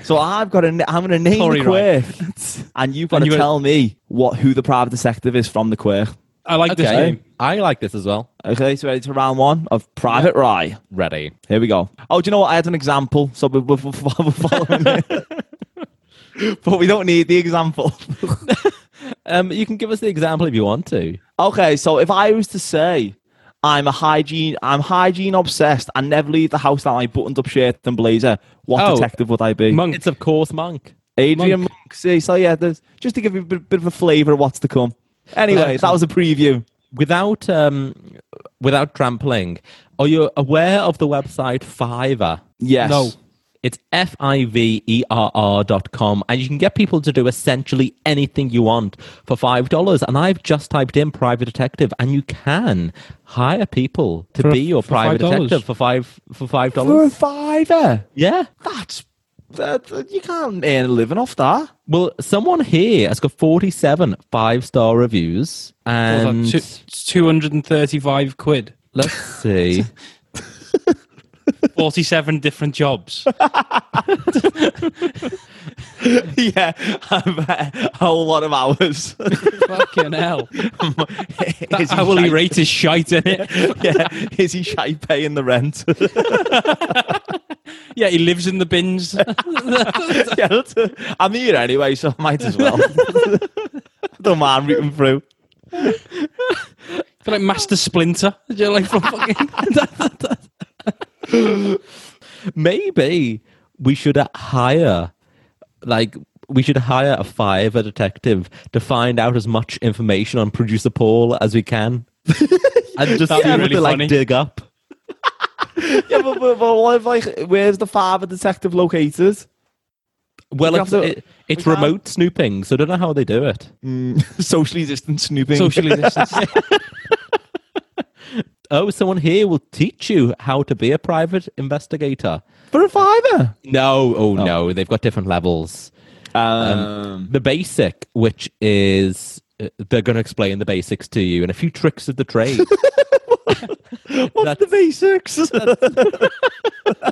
Speaker 3: So I've got to. na- I'm going to name
Speaker 2: Sorry,
Speaker 3: the quirk, and you've got
Speaker 2: And you
Speaker 3: to
Speaker 2: gotta-
Speaker 3: tell me what who the private detective is from the quirk.
Speaker 2: I like this
Speaker 1: Okay.
Speaker 2: game.
Speaker 1: I like this as well.
Speaker 3: Okay, so ready to round one of Private Rye.
Speaker 1: Ready.
Speaker 3: Here we go. Oh, do you know what? I had an example, so we're, we're, we're following it. but we don't need the example.
Speaker 1: Um, you can give us the example if you want to.
Speaker 3: Okay, so if I was to say I'm a hygiene, I'm hygiene obsessed, I never leave the house without my buttoned up shirt and blazer. What
Speaker 1: Oh,
Speaker 3: detective would I be?
Speaker 2: Monk.
Speaker 1: It's of course Monk.
Speaker 3: Adrian Monk. See, so yeah, there's, just to give you a bit, bit of a flavour of what's to come. Anyway, that was a preview.
Speaker 1: without um, without trampling, are you aware of the website Fiverr?
Speaker 3: Yes.
Speaker 2: No.
Speaker 1: It's F I V E R R dot com, and you can get people to do essentially anything you want for $5. And I've just typed in private detective, and you can hire people to
Speaker 2: For-
Speaker 1: be your
Speaker 2: for
Speaker 1: private
Speaker 2: $5?
Speaker 1: detective for five for five
Speaker 3: For a
Speaker 1: dollars.
Speaker 3: fiver.
Speaker 1: Yeah.
Speaker 3: That's that, that- you can't earn a living off that.
Speaker 1: Well, someone here has got 47 five star reviews, and
Speaker 2: two hundred and thirty-five quid,
Speaker 1: let's see.
Speaker 2: forty-seven different jobs.
Speaker 3: yeah, a whole lot of hours.
Speaker 2: Fucking hell! That hourly rate is shite, is it?
Speaker 3: yeah, is he shy paying the rent?
Speaker 2: Yeah, he lives in the bins.
Speaker 3: yeah, that's I'm here anyway, so I might as well. Don't mind rooting through.
Speaker 2: Feel like Master Splinter. Do you like from fucking?
Speaker 1: Maybe we should uh, hire, like, we should hire a Fiverr detective to find out as much information on producer Paul as we can, and just
Speaker 2: That'd be
Speaker 1: see what
Speaker 2: really
Speaker 1: they,
Speaker 2: funny.
Speaker 1: like dig up.
Speaker 3: Yeah, but, but, but what if, like, where's the father detective located?
Speaker 1: Well,
Speaker 3: We
Speaker 1: it's,
Speaker 3: have to-
Speaker 1: it, it's
Speaker 3: we can't-
Speaker 1: remote snooping, so I don't know how they do it.
Speaker 3: Socially distant snooping.
Speaker 2: Socially distanced.
Speaker 1: Oh, someone here will teach you how to be a private investigator.
Speaker 3: For a fiver.
Speaker 1: No, oh, no, they've got different levels.
Speaker 3: Um,
Speaker 1: The basic, which is uh, they're going to explain the basics to you and a few tricks of the trade.
Speaker 3: what's the basics?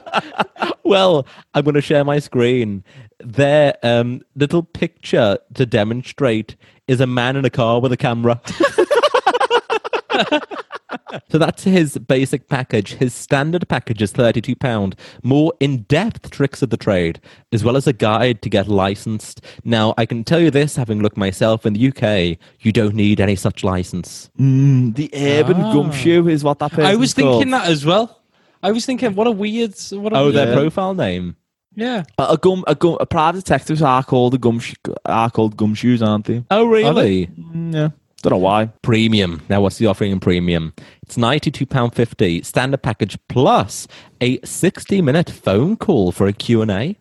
Speaker 1: Well, I'm going to share my screen. Their um, little picture to demonstrate is a man in a car with a camera. so that's his basic package. His standard package is £32. More in depth tricks of the trade, as well as a guide to get licensed. Now, I can tell you this, having looked myself in the UK, you don't need any such license.
Speaker 3: the urban
Speaker 1: Ah.
Speaker 3: gumshoe is what that person
Speaker 2: I was thinking that as well. I was thinking, what a weird, what a
Speaker 1: Oh,
Speaker 2: weird,
Speaker 1: their profile name.
Speaker 2: yeah.
Speaker 3: A, a gum, a gum, a private detectives are called a gum, are called gumshoes, aren't they?
Speaker 1: Oh, really?
Speaker 3: Mm, yeah, don't know why.
Speaker 1: premium. Now, what's the offering in premium? It's £92.50 standard package plus a 60 minute phone call for a Q&A.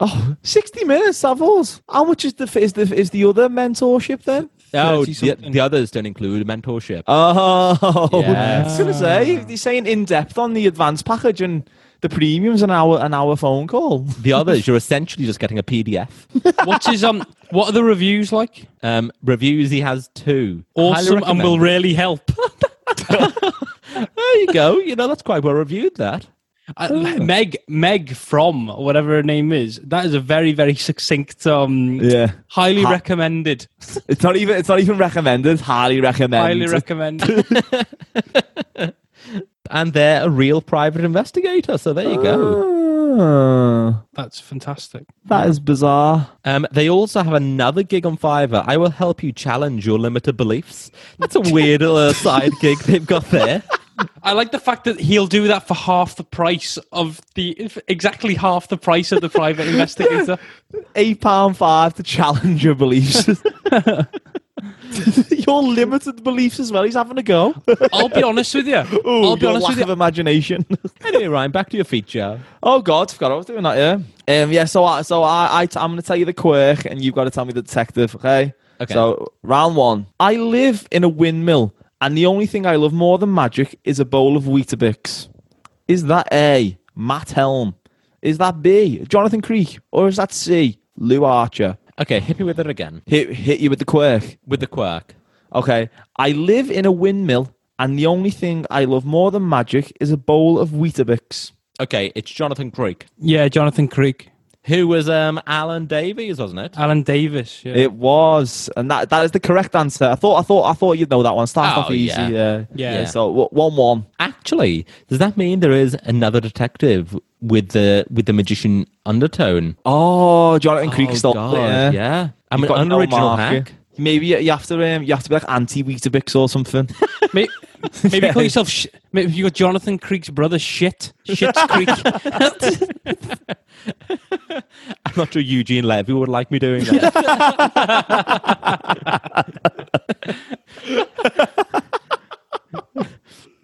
Speaker 3: Oh, 60 minutes, Savills. How much is the is the is the other mentorship then?
Speaker 1: Oh,
Speaker 2: 30
Speaker 1: the,
Speaker 2: something.
Speaker 1: the others don't include mentorship.
Speaker 3: Oh,
Speaker 1: Yeah.
Speaker 3: I was gonna say he's saying in depth on the advanced package and the premiums an hour an hour phone call.
Speaker 1: The others, you're essentially just getting a PDF.
Speaker 2: What's his um? What are the reviews like?
Speaker 1: Um, reviews, he has two. Highly
Speaker 2: Awesome and
Speaker 1: recommend.
Speaker 2: will really help.
Speaker 1: There you go. You know, that's quite well reviewed, that.
Speaker 2: Uh, Meg, Meg from or whatever her name is. That is a very, very succinct. Um,
Speaker 3: Yeah.
Speaker 2: highly
Speaker 3: Ha-
Speaker 2: recommended.
Speaker 3: It's not even it's not even recommended. Highly recommended.
Speaker 2: Highly recommended.
Speaker 1: And they're a real private investigator. So there you go.
Speaker 3: Ah,
Speaker 2: That's fantastic.
Speaker 3: that is bizarre.
Speaker 1: Um, they also have another gig on Fiverr. I will help you challenge your limited beliefs. That's a weird little side gig they've got there.
Speaker 2: I like the fact that he'll do that for half the price of the if- exactly half the price of the private investigator.
Speaker 3: Eight pound five to challenge your beliefs. your limited beliefs as well. He's having a go.
Speaker 2: I'll be honest with you.
Speaker 3: Ooh,
Speaker 2: I'll be
Speaker 3: your
Speaker 2: honest
Speaker 3: lack
Speaker 2: with you.
Speaker 3: of imagination.
Speaker 1: Anyway, Ryan, back to your feature.
Speaker 3: Oh God, forgot I was doing that. Yeah. Um. Yeah. So I. So I. I I'm gonna tell you the quirk, and you've got to tell me the detective. Okay.
Speaker 1: Okay.
Speaker 3: So round one. I live in a windmill, and the only thing I love more than magic is a bowl of Weetabix. Is that A. Matt Helm? Is that B. Jonathan Creek? Or is that C. Lou Archer?
Speaker 1: Okay, hit me with it again.
Speaker 3: Hit hit you with the quirk.
Speaker 1: With the quirk.
Speaker 3: Okay. I live in a windmill, and the only thing I love more than magic is a bowl of Weetabix.
Speaker 1: Okay, it's Jonathan Creek,
Speaker 2: Yeah, Jonathan Creek,
Speaker 1: who was um Alan Davies, wasn't it?
Speaker 2: Alan Davis. Yeah,
Speaker 3: It was, and that that is the correct answer. I thought, I thought, I thought you'd know that one. Start
Speaker 1: Oh,
Speaker 3: off easy,
Speaker 1: yeah.
Speaker 3: yeah, yeah.
Speaker 2: Yeah.
Speaker 3: So w- one one.
Speaker 1: Actually, does that mean there is another detective with the with the magician undertone?
Speaker 3: Oh, Jonathan Creek
Speaker 1: Oh,
Speaker 3: stole
Speaker 1: God,
Speaker 3: it. Yeah.
Speaker 1: yeah. I'm
Speaker 3: You've got
Speaker 1: an
Speaker 3: no
Speaker 1: unoriginal
Speaker 3: mark, yeah.
Speaker 1: hack.
Speaker 3: Maybe you you have to, um, you have to be like anti Weetabix or something.
Speaker 2: May- Maybe, call yourself. Sh- maybe you got Jonathan Creek's brother. Shit, Shit's Creek.
Speaker 1: I'm not sure Eugene Levy would like me doing that.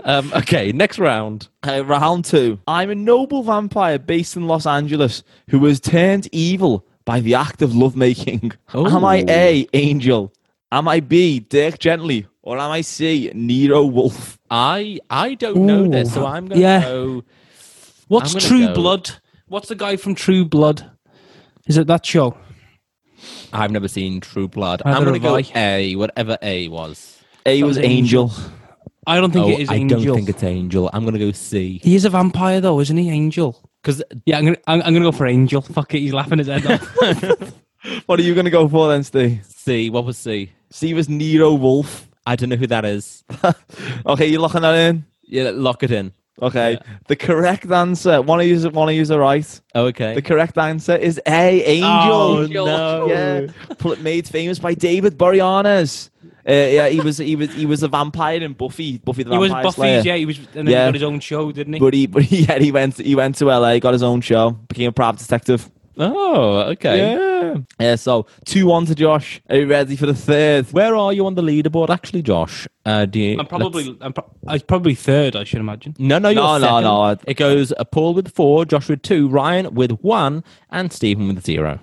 Speaker 1: Um, okay, next round.
Speaker 3: Uh, round two. I'm a noble vampire based in Los Angeles who was turned evil by the act of lovemaking.
Speaker 1: Oh.
Speaker 3: Am I A, Angel? Am I B, Dirk Gently? Or am I C, Nero Wolf?
Speaker 1: I I don't know this, so I'm gonna
Speaker 2: Yeah.
Speaker 1: go.
Speaker 2: What's
Speaker 1: I'm gonna
Speaker 2: True
Speaker 1: go-
Speaker 2: Blood? What's the guy from True Blood? Is it that show?
Speaker 1: I've never seen True Blood.
Speaker 2: Neither
Speaker 1: I'm gonna go
Speaker 2: have
Speaker 1: A, whatever A was.
Speaker 3: A was
Speaker 2: Sounds
Speaker 3: Angel.
Speaker 2: I don't think
Speaker 1: Oh,
Speaker 2: it is
Speaker 1: I
Speaker 2: Angel.
Speaker 1: don't think it's Angel. I'm gonna go C
Speaker 2: he is a vampire though, isn't he? Angel.
Speaker 1: because
Speaker 2: Yeah, I'm gonna I'm, I'm gonna go for Angel. Fuck it, he's laughing his head off.
Speaker 3: What are you going to go for then, Steve?
Speaker 1: C. What was C?
Speaker 3: C was Nero Wolf.
Speaker 1: I don't know who that is.
Speaker 3: okay, you're locking that in?
Speaker 1: Yeah, lock it in.
Speaker 3: Okay. The correct answer, one of you, one of you's are right.
Speaker 1: Oh, okay.
Speaker 3: The correct answer is A, Angel.
Speaker 1: Oh, no.
Speaker 3: Yeah, pl- made famous by David Boreanaz. Uh, yeah, he was he was he was a vampire in Buffy. Buffy the
Speaker 2: he was
Speaker 3: Vampire
Speaker 2: Buffy's,
Speaker 3: Slayer.
Speaker 2: yeah. He was, and then
Speaker 3: Yeah.
Speaker 2: he got his own show, didn't he?
Speaker 3: But he but he, yeah, he went he went to LA, got his own show, became a private detective.
Speaker 1: oh, okay.
Speaker 3: Yeah. Yeah. So two one to Josh. Are you ready for the third?
Speaker 1: Where are you on the leaderboard, actually, Josh? Uh, do you?
Speaker 2: I'm probably
Speaker 1: let's- Mm,
Speaker 2: I'm, pro- I'm probably third, I should imagine.
Speaker 1: No, no, you're
Speaker 3: No, no,
Speaker 1: second.
Speaker 3: no.
Speaker 1: It goes uh, Paul with four, Josh with two, Ryan with one, and Stephen with zero.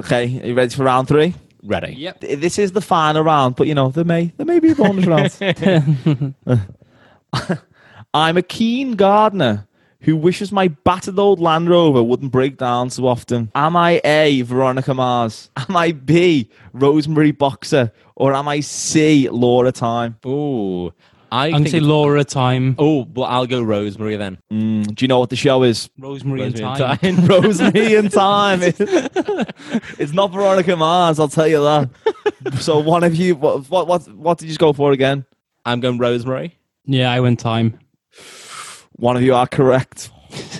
Speaker 3: Okay. Are you ready for round three?
Speaker 1: Ready?
Speaker 2: Yep.
Speaker 3: Th- This is the final round, but you know there may there may be a bonus round. I'm a keen gardener who wishes my battered old Land Rover wouldn't break down so often. Am I A. Veronica Mars? Am I B. Rosemary Boxer? Or am I C. Laura Time?
Speaker 1: Oh, I
Speaker 2: I'm gonna
Speaker 1: think.
Speaker 2: say
Speaker 1: it's-
Speaker 2: Laura time,
Speaker 1: oh, well, I'll go Rosemary then.
Speaker 3: Mm, Do you know what the show is?
Speaker 2: Rosemary,
Speaker 1: Rosemary
Speaker 2: and
Speaker 1: and
Speaker 2: time.
Speaker 1: Time.
Speaker 3: Rosemary and Time. it's not Veronica Mars, I'll tell you that. so one of you, what what what, what did you go for again?
Speaker 1: I'm going Rosemary.
Speaker 2: Yeah, I went time.
Speaker 3: One of you are correct.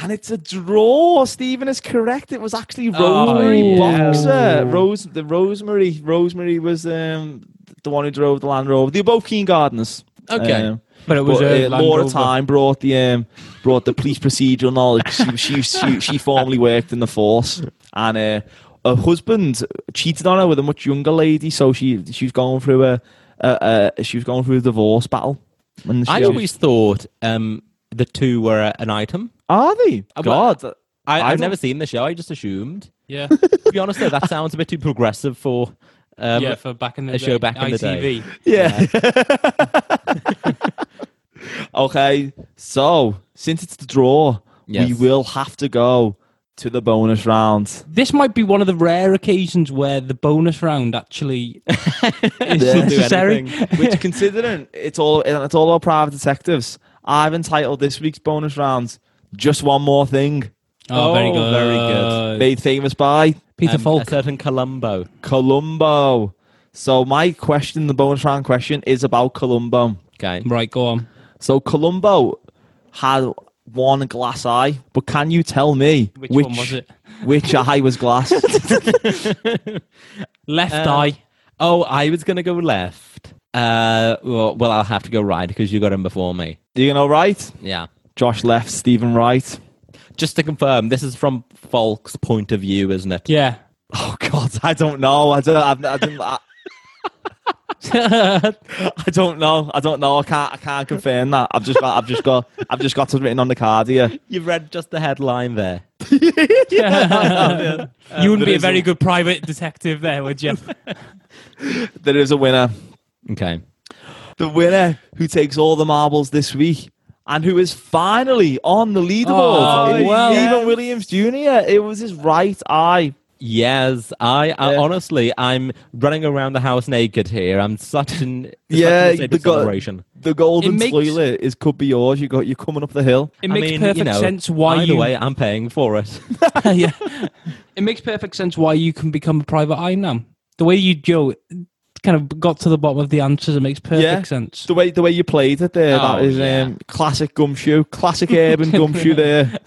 Speaker 3: And it's a draw. Stephen is correct. It was actually
Speaker 1: Oh,
Speaker 3: Rosemary Boxer. Rose, the Rosemary, Rosemary was um, the one who drove the Land Rover. They're both keen gardeners.
Speaker 1: Okay.
Speaker 3: Um,
Speaker 2: But it was
Speaker 3: but,
Speaker 2: a
Speaker 3: uh, Laura
Speaker 2: Rover.
Speaker 3: Time brought the um, brought the police procedural knowledge. She, she, she, she formerly worked in the force, and uh, her husband cheated on her with a much younger lady. So she she was going through a, a, a she was going through a divorce battle. And she
Speaker 1: I always thought um, the two were uh, an item.
Speaker 3: are they
Speaker 1: well,
Speaker 3: God.
Speaker 1: I,
Speaker 3: I
Speaker 1: I've
Speaker 3: don't-
Speaker 1: never seen the show. I just assumed.
Speaker 2: Yeah,
Speaker 1: To be honest, though, that sounds a bit too progressive for. Um,
Speaker 2: yeah, for back in the
Speaker 1: a
Speaker 2: day.
Speaker 1: show back in the day.
Speaker 2: ITV.
Speaker 3: Yeah. okay, so since it's the draw, we
Speaker 1: Yes.
Speaker 3: will have to go to the bonus round.
Speaker 2: This might be one of the rare occasions where the bonus round actually is
Speaker 3: Yeah.
Speaker 2: necessary.
Speaker 3: Which, considering it's all it's all our private detectives, I've entitled this week's bonus round "Just One More Thing,"
Speaker 2: Oh, very
Speaker 1: Oh,
Speaker 2: good.
Speaker 1: very good.
Speaker 3: made famous by
Speaker 2: Peter
Speaker 1: um,
Speaker 2: Falk.
Speaker 1: A certain Columbo.
Speaker 3: Columbo. So, my question, the bonus round question, is about Columbo.
Speaker 1: Okay.
Speaker 2: Right, go on.
Speaker 3: So Columbo had one glass eye, but can you tell me
Speaker 2: Which one was it?
Speaker 3: Which eye was glass?
Speaker 2: Left
Speaker 1: Uh,
Speaker 2: eye.
Speaker 1: Oh, I was gonna go left. Uh, well, well, I'll have to go right because you got him before me.
Speaker 3: you know, right?
Speaker 1: Yeah.
Speaker 3: Josh left, Stephen right.
Speaker 1: Just to confirm, this is from Falk's point of view, isn't it?
Speaker 2: Yeah.
Speaker 3: Oh God, I don't know. I don't. I've, I didn't. I, I don't know. I don't know. I can't. I can't confirm that. I've just got. I've just got. I've just got something written on the card here.
Speaker 1: You've read just the headline there.
Speaker 2: you wouldn't be Uh, a
Speaker 3: is a-
Speaker 2: very good private detective there, would you?
Speaker 3: There is a winner.
Speaker 1: Okay.
Speaker 3: The winner who takes all the marbles this week and who is finally on the leaderboard.
Speaker 2: Oh,
Speaker 3: It was
Speaker 2: well.
Speaker 3: Stephen Williams Jr. It was his right eye.
Speaker 1: Yes, I, I
Speaker 3: Yeah.
Speaker 1: honestly, I'm running around the house naked here. I'm such an
Speaker 3: Yeah,
Speaker 1: such an
Speaker 3: the go-
Speaker 1: celebration.
Speaker 3: The golden
Speaker 2: It makes-
Speaker 3: spoiler is could be yours. You got you coming up the hill.
Speaker 2: It
Speaker 1: I
Speaker 2: makes
Speaker 1: mean, you
Speaker 2: perfect
Speaker 1: know,
Speaker 2: sense why
Speaker 1: Either
Speaker 2: you.
Speaker 1: way, I'm paying for it.
Speaker 2: yeah. It makes perfect sense why you can become a private eye now. The way you Joe kind of got to the bottom of the answers, it makes perfect
Speaker 3: Yeah.
Speaker 2: sense.
Speaker 3: The way the way you played it there, that
Speaker 1: Oh,
Speaker 3: is
Speaker 1: yeah.
Speaker 3: um, classic gumshoe, classic urban gumshoe there.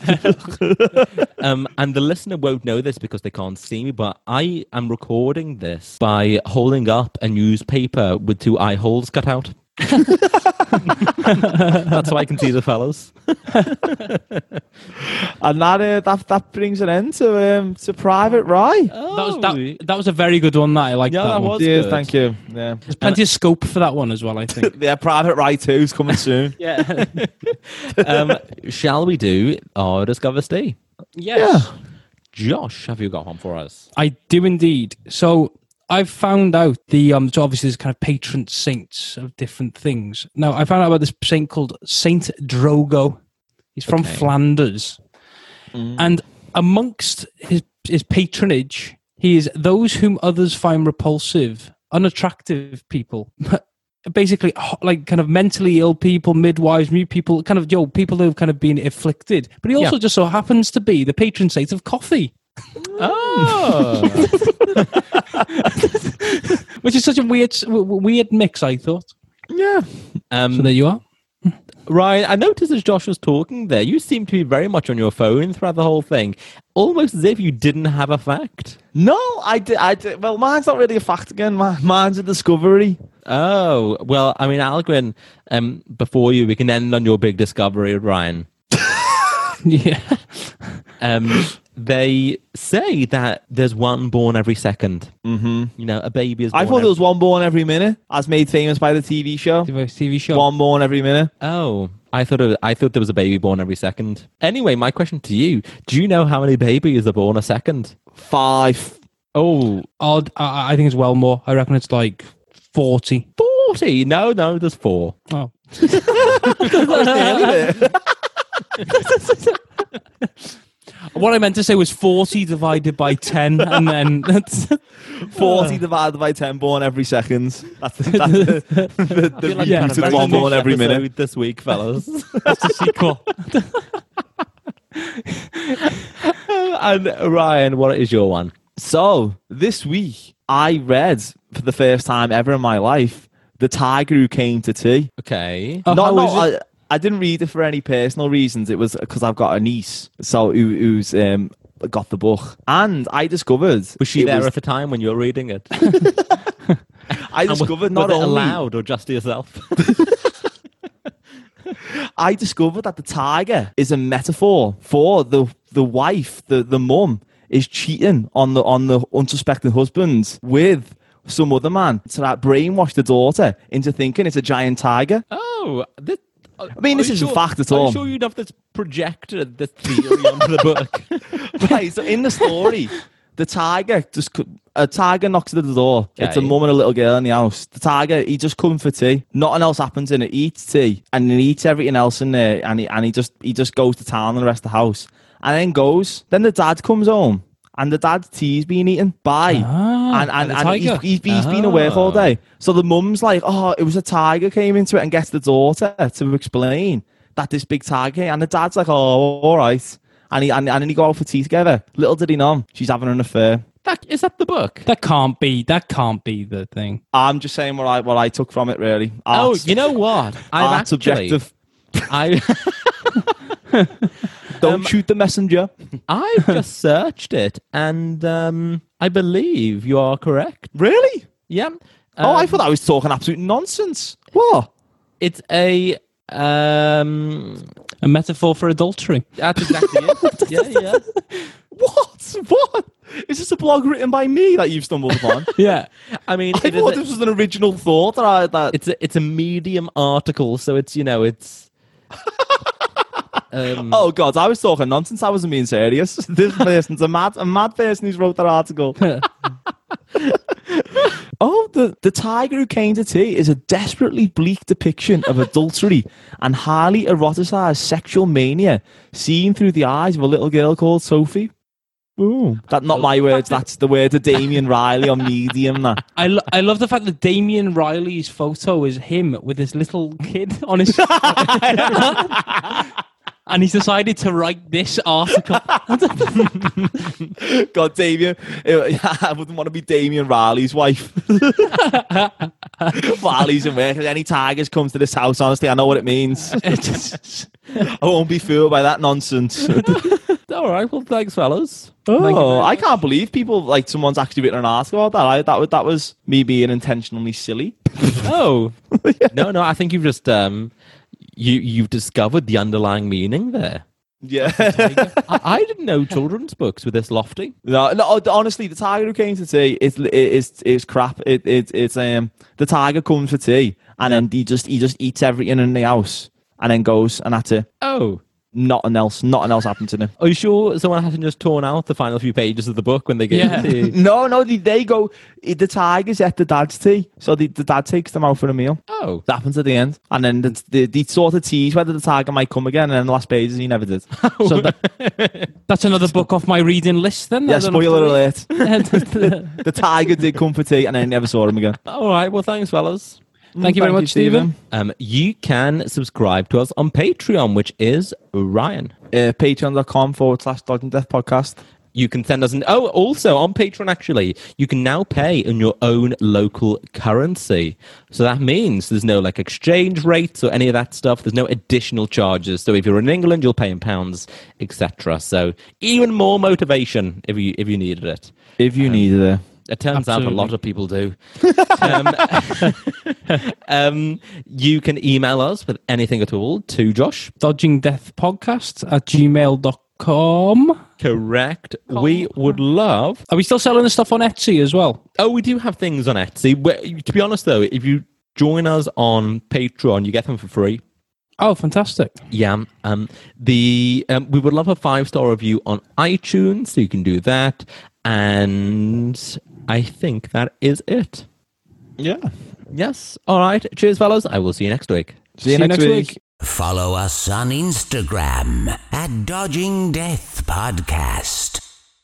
Speaker 1: um, and the listener won't know this because they can't see me, but I am recording this by holding up a newspaper with two eye holes cut out. That's how I can see the fellas.
Speaker 3: And that uh, that that brings an end to um, to Private Rye.
Speaker 2: Oh. That was that, that was a very good one. That I like.
Speaker 1: Yeah,
Speaker 2: that,
Speaker 1: that
Speaker 2: one.
Speaker 1: was
Speaker 3: yeah,
Speaker 1: good.
Speaker 3: thank you. Yeah,
Speaker 2: There's plenty of scope for that one as well. I think.
Speaker 3: yeah. Private Rye Two is coming soon.
Speaker 2: yeah.
Speaker 1: Um, shall we do our Discover Stay?
Speaker 2: Yes.
Speaker 1: Josh, have you got one for us?
Speaker 2: I do indeed. So I've found out the um. So obviously, there's kind of patron saints of different things. Now I found out about this saint called Saint Drogo. He's from
Speaker 1: Okay.
Speaker 2: Flanders, and amongst his his patronage, he is those whom others find repulsive, unattractive people. Basically, ho- like kind of mentally ill people, midwives, mute people, kind of yo people who've kind of been afflicted. But he also just so happens to be the patron saint of coffee.
Speaker 1: Oh,
Speaker 2: which is such a weird, w- w- weird mix. I thought.
Speaker 3: Yeah,
Speaker 1: um,
Speaker 2: So there you are.
Speaker 1: Ryan, I noticed as Josh was talking there, you seemed to be very much on your phone throughout the whole thing, almost as if you didn't have a fact.
Speaker 3: no, I did. I did. Well, mine's not really a fact again. Mi- Mine's a discovery.
Speaker 1: Oh, well, I mean, Algren, um, before you, we can end on your big discovery, Ryan.
Speaker 2: Yeah,
Speaker 1: Um, they say that there's one born every 2nd
Speaker 3: Mm-hmm.
Speaker 1: You know, a baby is born.
Speaker 3: I thought
Speaker 1: every-
Speaker 3: there was one born every minute, as made famous by the TV show.
Speaker 2: TV show.
Speaker 3: One born every minute.
Speaker 1: Oh, I thought, it, I thought there was a baby born every second. Anyway, my question to you do you know how many babies are born a second?
Speaker 3: Five.
Speaker 1: Oh,
Speaker 2: Odd. I, I think it's well more. I reckon it's like forty.
Speaker 1: 40. No, no, there's four.
Speaker 2: Oh, what I meant to say was forty divided by ten, and then that's,
Speaker 3: 40 divided by 10 born every second. That's, that's the, the, the,
Speaker 1: I feel like we've had
Speaker 3: root of
Speaker 1: a very
Speaker 3: one born
Speaker 1: niche
Speaker 3: every minute.
Speaker 1: episode This week, fellas.
Speaker 2: that's a sequel.
Speaker 1: and Ryan, what is your one?
Speaker 3: So, this week, I read for the first time ever in my life The Tiger Who Came to Tea.
Speaker 1: Okay.
Speaker 2: Oh,
Speaker 3: no,
Speaker 2: how
Speaker 3: no,
Speaker 2: is
Speaker 3: I, I didn't read it for any personal reasons. It was because I've got a niece so who, who's um, got the book. And I discovered.
Speaker 1: was she
Speaker 3: it
Speaker 1: there
Speaker 3: was-
Speaker 1: at the time when you were reading it?
Speaker 3: I
Speaker 1: was
Speaker 3: discovered not
Speaker 1: it
Speaker 3: only.
Speaker 1: aloud or just to yourself?
Speaker 3: I discovered that the tiger is a metaphor for the the wife, the the mum is cheating on the on the unsuspecting husband with some other man to that brainwash the daughter into thinking it's a giant tiger.
Speaker 1: oh, this, I
Speaker 3: mean, this isn't fact at all.
Speaker 1: I'm sure you'd have this projected this theory onto the book.
Speaker 3: right, so in the story, the tiger just co- a tiger knocks at the door. It's a
Speaker 1: Okay.
Speaker 3: mum and a little girl in the house. The tiger, he just comes for tea. Nothing else happens in it. He eats tea and then he eats everything else in there, and he and he just he just goes to town on the rest of the house, and then goes. Then the dad comes home, and the dad's tea's been eaten by.
Speaker 2: Ah,
Speaker 1: Hmm.
Speaker 3: and and,
Speaker 2: the
Speaker 3: and he's,
Speaker 2: tiger.
Speaker 3: he's, he's been away for all
Speaker 1: Ah.
Speaker 3: day. So the mum's like, oh, it was a tiger came into it and gets the daughter to explain that this big tiger. came." And the dad's like, oh, all right. And, he, and, and then he go out for tea together. Little did he know, she's having an affair.
Speaker 1: that, is that the book?
Speaker 2: That can't be. That can't be the thing.
Speaker 3: I'm just saying what I what I took from it, really.
Speaker 1: Oh,
Speaker 3: Art's-
Speaker 1: you know what? I've
Speaker 3: art's
Speaker 1: actually,
Speaker 3: objective.
Speaker 1: I, Um,
Speaker 3: Don't shoot the messenger.
Speaker 1: I've just searched it, and um, I believe you are correct.
Speaker 3: Really?
Speaker 1: Yeah.
Speaker 3: oh, I
Speaker 1: Um,
Speaker 3: thought I was talking absolute nonsense. What?
Speaker 1: it's a um,
Speaker 2: A metaphor for adultery.
Speaker 1: That's exactly it. yeah, yeah.
Speaker 3: What? What? Is this a blog written by me that you've stumbled upon?
Speaker 2: Yeah.
Speaker 1: I mean,
Speaker 3: I
Speaker 1: it is
Speaker 3: thought
Speaker 1: a-
Speaker 3: this was an original thought that I that
Speaker 1: it's a it's a medium article, so it's you know it's. Um,
Speaker 3: Oh god, I was talking nonsense. I wasn't being serious. This person's a mad, a mad person who's wrote that article. oh, the the tiger who came to tea is a desperately bleak depiction of adultery and highly eroticized sexual mania, seen through the eyes of a little girl called Sophie. Ooh, that not my words. That's the words of Damien Riley on Medium. That
Speaker 2: I, lo- I love the fact that Damien Riley's photo is him with this little kid on his. and he's decided to write this article.
Speaker 3: God, Damien, Uh, I wouldn't want to be Damien Riley's wife. Riley's in work. If any tigers comes to this house, honestly, I know what it means.
Speaker 2: It's just-
Speaker 3: I won't be fooled by that nonsense.
Speaker 1: oh, all right. Well, thanks, fellas.
Speaker 3: Oh, I can't believe people like someone's actually written an article about that. I, that was that was me being intentionally silly.
Speaker 1: Oh, no, no. I think you've just um, you you've discovered the underlying meaning there.
Speaker 3: Yeah.
Speaker 1: I, I didn't know children's books were this lofty.
Speaker 3: no, no. Honestly, the tiger who came to tea, it's it's it's crap. It, it it's um the tiger comes for tea and then he just he just eats everything in the house and then goes and that's it.
Speaker 1: Oh,
Speaker 3: Nothing else. Nothing else happened to him.
Speaker 1: are you sure someone hasn't just torn out the final few pages of the book when they get
Speaker 2: Yeah.
Speaker 1: the?
Speaker 3: No, no, they, they go. The tigers at the dad's tea, so the, the dad takes them out for a meal.
Speaker 1: Oh,
Speaker 3: That happens at the end, and then the, the, they sort of tease whether the tiger might come again, and then the last pages he never did. So that,
Speaker 2: That's another book off my reading list then.
Speaker 3: yeah,
Speaker 2: I don't have to
Speaker 3: spoiler
Speaker 2: read.
Speaker 3: alert: the tiger did come for tea, and I never saw him again.
Speaker 1: all right. Well, thanks, fellas.
Speaker 2: Thank you very much, Stephen.
Speaker 1: Um, you can subscribe to us on Patreon, which is Ryan.
Speaker 3: Uh, Patreon.com forward slash Dodging Death Podcast.
Speaker 1: You can send us an oh, also on Patreon. Actually, you can now pay in your own local currency. So that means there's no like exchange rates or any of that stuff. There's no additional charges. So if you're in England, you'll pay in pounds, etc. So even more motivation if you if you needed it.
Speaker 3: If you need it,
Speaker 1: It turns out a
Speaker 2: Absolutely.
Speaker 1: lot of people do. um, um, you can email us with anything at all to Josh
Speaker 2: Dodging Death Podcast at gmail.com.
Speaker 1: Correct. We would love.
Speaker 2: Are we still selling the stuff on Etsy as well?
Speaker 1: Oh, we do have things on Etsy. We- To be honest, though, if you join us on Patreon, you get them for free.
Speaker 2: Oh, fantastic.
Speaker 1: Yeah. Um. The um, we would love a five star review on iTunes, so you can do that. And I think that is it.
Speaker 3: yeah.
Speaker 1: Yes. All right. Cheers, fellas. I will see you next week.
Speaker 3: See you next, week.
Speaker 4: Follow us on Instagram at Dodging Death Podcast.